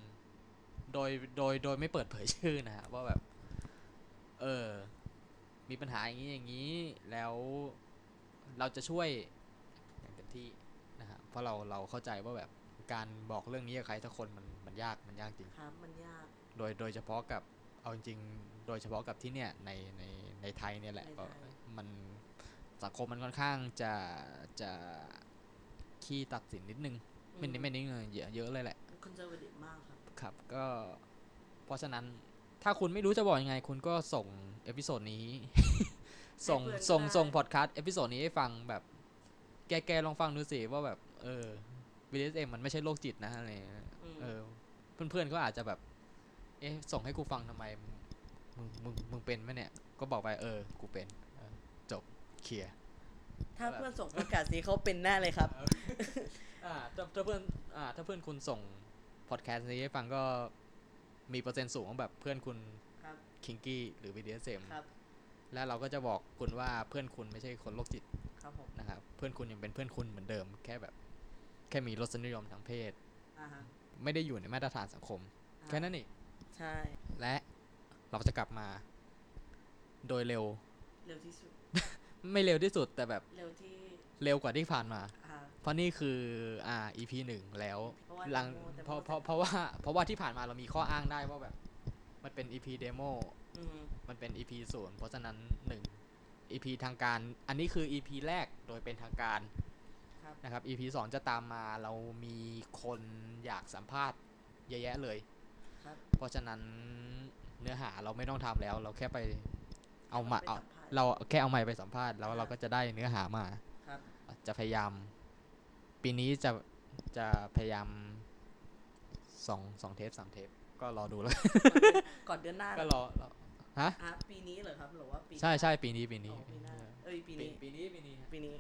[SPEAKER 1] โดยโดยโดยไม่เปิดเผยชื่อนะฮะว่าแบบ เออ มีปัญหาอย่างนี้อย่างนี้ แล้วเราจะช่วยอย่างเต็มที่นะฮะเพราะเราเราเข้าใจว่าแบบการบอกเรื่องนี้กับใครสักคนมันมันยากมันยากจริง
[SPEAKER 2] ครับมันยาก
[SPEAKER 1] โดยโดยเฉพาะกับเอาจริงๆโดยเฉพาะกับที่เนี่ยในในในไทยเนี่ยแหละ
[SPEAKER 2] ในไทย
[SPEAKER 1] ก็มันสังคมมันค่อนข้างจะจะขี้ตัดสินนิดนึง ไม่นิดไม่นิดเลยเยอะเยอะเลยแหละ
[SPEAKER 2] คอนเซอร์วทีฟมากครับ
[SPEAKER 1] ครับก็เพราะฉะนั้นถ้าคุณไม่รู้จะบอกยังไง คุณก็ส่งเอพิโซดนี้ ส่ง
[SPEAKER 2] ให้เพื่อน
[SPEAKER 1] ส่ง
[SPEAKER 2] ได้
[SPEAKER 1] ส่งพอดแคสต์เอพิโซดนี้ให้ฟังแบบ แกแกลองฟังดูสิว่าแบบ เออ BDSM มันไม่ใช่โรคจิตนะอะไรอย่างเงี้ย
[SPEAKER 2] อืม
[SPEAKER 1] เออเพื่อนๆก็อาจจะแบบ เอ๊ะ ส่งให้กูฟังทำไม มึง มึง มึงเป็นไหมเนี่ย ก็บอกไป เออ กูเป็นเออจบ เคลียร์
[SPEAKER 2] ถ้าเพื่อนส่งประกาศสีเขาเป็นแน่เลยครับ
[SPEAKER 1] อ่าถ้าถ้าเพื่อน อ่า ถ้าเพื่อนคุณส่งพอดแคสต์นี้ให้ฟังก็มีเปอร์เซ็นต์สูงว่าแบบเพื่อนคุณ
[SPEAKER 2] ครับ
[SPEAKER 1] คิงกี้หรือวีดีเอเม
[SPEAKER 2] ครับ
[SPEAKER 1] แล้วเราก็จะบอกคุณว่าเพื่อนคุณไม่ใช่คนโรคจิต
[SPEAKER 2] ครับผม
[SPEAKER 1] นะครับ เพื่อนคุณยังเป็นเพื่อนคุณเหมือนเดิม แค่แบบ แค่มีรสนิยมทางเพศ
[SPEAKER 2] อ่าฮะ
[SPEAKER 1] ไม่ได้อยู่ในมาตรฐานสังคม แค่นั้นเอง
[SPEAKER 2] ใช่
[SPEAKER 1] และเราจะกลับมา โดยเร็ว
[SPEAKER 2] เร็วที่สุด
[SPEAKER 1] ไม่เร็วที่สุดแต่แบบ
[SPEAKER 2] เร็วที่
[SPEAKER 1] เร็วกว่าที่ผ่านมา
[SPEAKER 2] อ่า
[SPEAKER 1] เพราะนี่คืออ่า EP หนึ่งแล้ว
[SPEAKER 2] เพราะว่า
[SPEAKER 1] หลัง
[SPEAKER 2] เดโมแต่
[SPEAKER 1] เพราะ
[SPEAKER 2] โม
[SPEAKER 1] เพราะเพราะว่าเพราะว่าที่ผ่านมาเรามีข้ออ้างได้ว่าแบบ มันเป็น EP demo
[SPEAKER 2] อืม
[SPEAKER 1] มันเป็น EP ศูนย์เพราะฉะนั้นหนึ่ง EP ทางการ อันนี้คือ EP แรกโดยเป็นทางการ
[SPEAKER 2] ครับ
[SPEAKER 1] นะครับ EP สองจะตามมาเรามีคนอยากสัมภาษณ์เยอะแยะเลย
[SPEAKER 2] ครับ
[SPEAKER 1] เพราะฉะนั้นเนื้อหาเราไม่ต้องทำแล้ว เราแค่ไปเอามาเอา
[SPEAKER 2] ไปสัภษณ์
[SPEAKER 1] เราแค่เอาไมค์ไปสัมภาษณ์แล้ว
[SPEAKER 2] อ่า
[SPEAKER 1] เราก็จะได้เนื้อหามา
[SPEAKER 2] ครับ
[SPEAKER 1] จะพยายาม ปีนี้จะจะพยายามสองสองเทปสามเทป ก็รอดูแล้ว
[SPEAKER 2] ก่อนเดือนหน้า
[SPEAKER 1] ก็
[SPEAKER 2] เหรอ
[SPEAKER 1] รอรอฮะ
[SPEAKER 2] อ่ะปีนี้เหรอครับหรือว่าปี
[SPEAKER 1] ใช่ใช่ปีนี้ปีนี้
[SPEAKER 2] อ๋อปีหน้าเอ้ยปี
[SPEAKER 1] ปี
[SPEAKER 2] นี้
[SPEAKER 1] ปีนี้ปีนี้
[SPEAKER 2] ปีนี้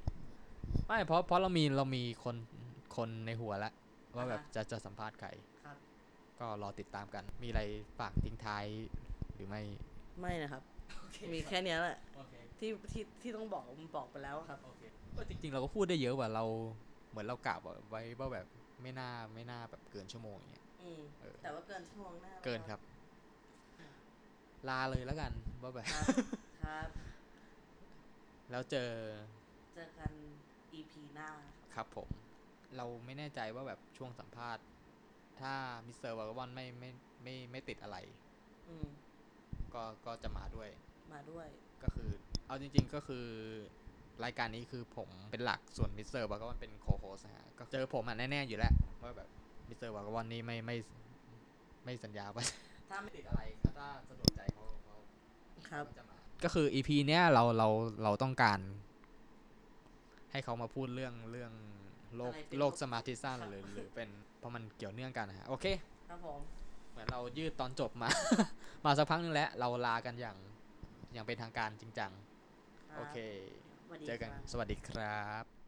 [SPEAKER 1] ไม่เพราะเพราะเรามีเรามีคนคนในหัวแล้วว่าแบบ
[SPEAKER 2] อ่าฮะ
[SPEAKER 1] จะจะสัมภาษณ์ใคร
[SPEAKER 2] ครับ
[SPEAKER 1] ก็รอติดตามกัน มีอะไรฝากทิ้งท้ายหรือไม่
[SPEAKER 2] ไม่นะครับ มีแค่เนี้ยแหละ
[SPEAKER 1] โอเค
[SPEAKER 2] ที่ที่ที่ต้องบอกผมบอกไปแล้วครับ
[SPEAKER 1] โอเคจริงๆ เราก็พูดได้เยอะกว่าเราเหมือนเรากะไว้ว่าแบบไม่น่าไม่น่าแบบเกินชั่วโมงอย่างเงี้ย
[SPEAKER 2] อืม
[SPEAKER 1] เออ
[SPEAKER 2] แต่ว่าเกินชั่วโมงหน้าแล้ว
[SPEAKER 1] เกินครับ ลาเลยแล้วกันว่าแบบ
[SPEAKER 2] ครับ ครับ
[SPEAKER 1] แล้วเจอ
[SPEAKER 2] เจอกัน EP หน้าครับ
[SPEAKER 1] ครับผม เราไม่แน่ใจว่าแบบช่วงสัมภาษณ์ ถ้ามิสเตอร์วากอนไม่ไม่ไม่ไม่ติดอะไร
[SPEAKER 2] อืม
[SPEAKER 1] ก็ก็จะมาด้วย
[SPEAKER 2] มาด้วย
[SPEAKER 1] ก็คือ เอาจริง ๆ ก็คือรายการนี้คือผมเป็นหลักส่วนมิสเตอร์วากอนเป็นโคโฮสฮะก็เจอผมอ่ะแน่ ๆ อยู่แล้วว่าแบบมิสเตอร์วากอนนี่ไม่ไม่ไม่สัญญาว่า
[SPEAKER 2] ถ้าไม่
[SPEAKER 1] ไม่ติดอะไรก็ถ้าสะดวกใจเขาเขา
[SPEAKER 2] ครับ
[SPEAKER 1] ก็จะมา ก็คือ EP เนี้ยเราเราเราต้องการ ให้เขามาพูดเรื่องเรื่องโลก
[SPEAKER 2] อะไรเป็น
[SPEAKER 1] โลก
[SPEAKER 2] โลก
[SPEAKER 1] สมาธิสั้น
[SPEAKER 2] ครับ
[SPEAKER 1] หรือหรือ เป็นเพราะมันเกี่ยวเนื่องกันนะฮะโอเค
[SPEAKER 2] ครับผม
[SPEAKER 1] เหมือนเรายืดตอนจบมา มาสักพักนึงแล้ว เราลากันอย่างอย่างเป็นทางการจริงจัง
[SPEAKER 2] รับ
[SPEAKER 1] โอเค
[SPEAKER 2] สวัสดี
[SPEAKER 1] เจอกัน
[SPEAKER 2] ครับ
[SPEAKER 1] สวัสดีครับ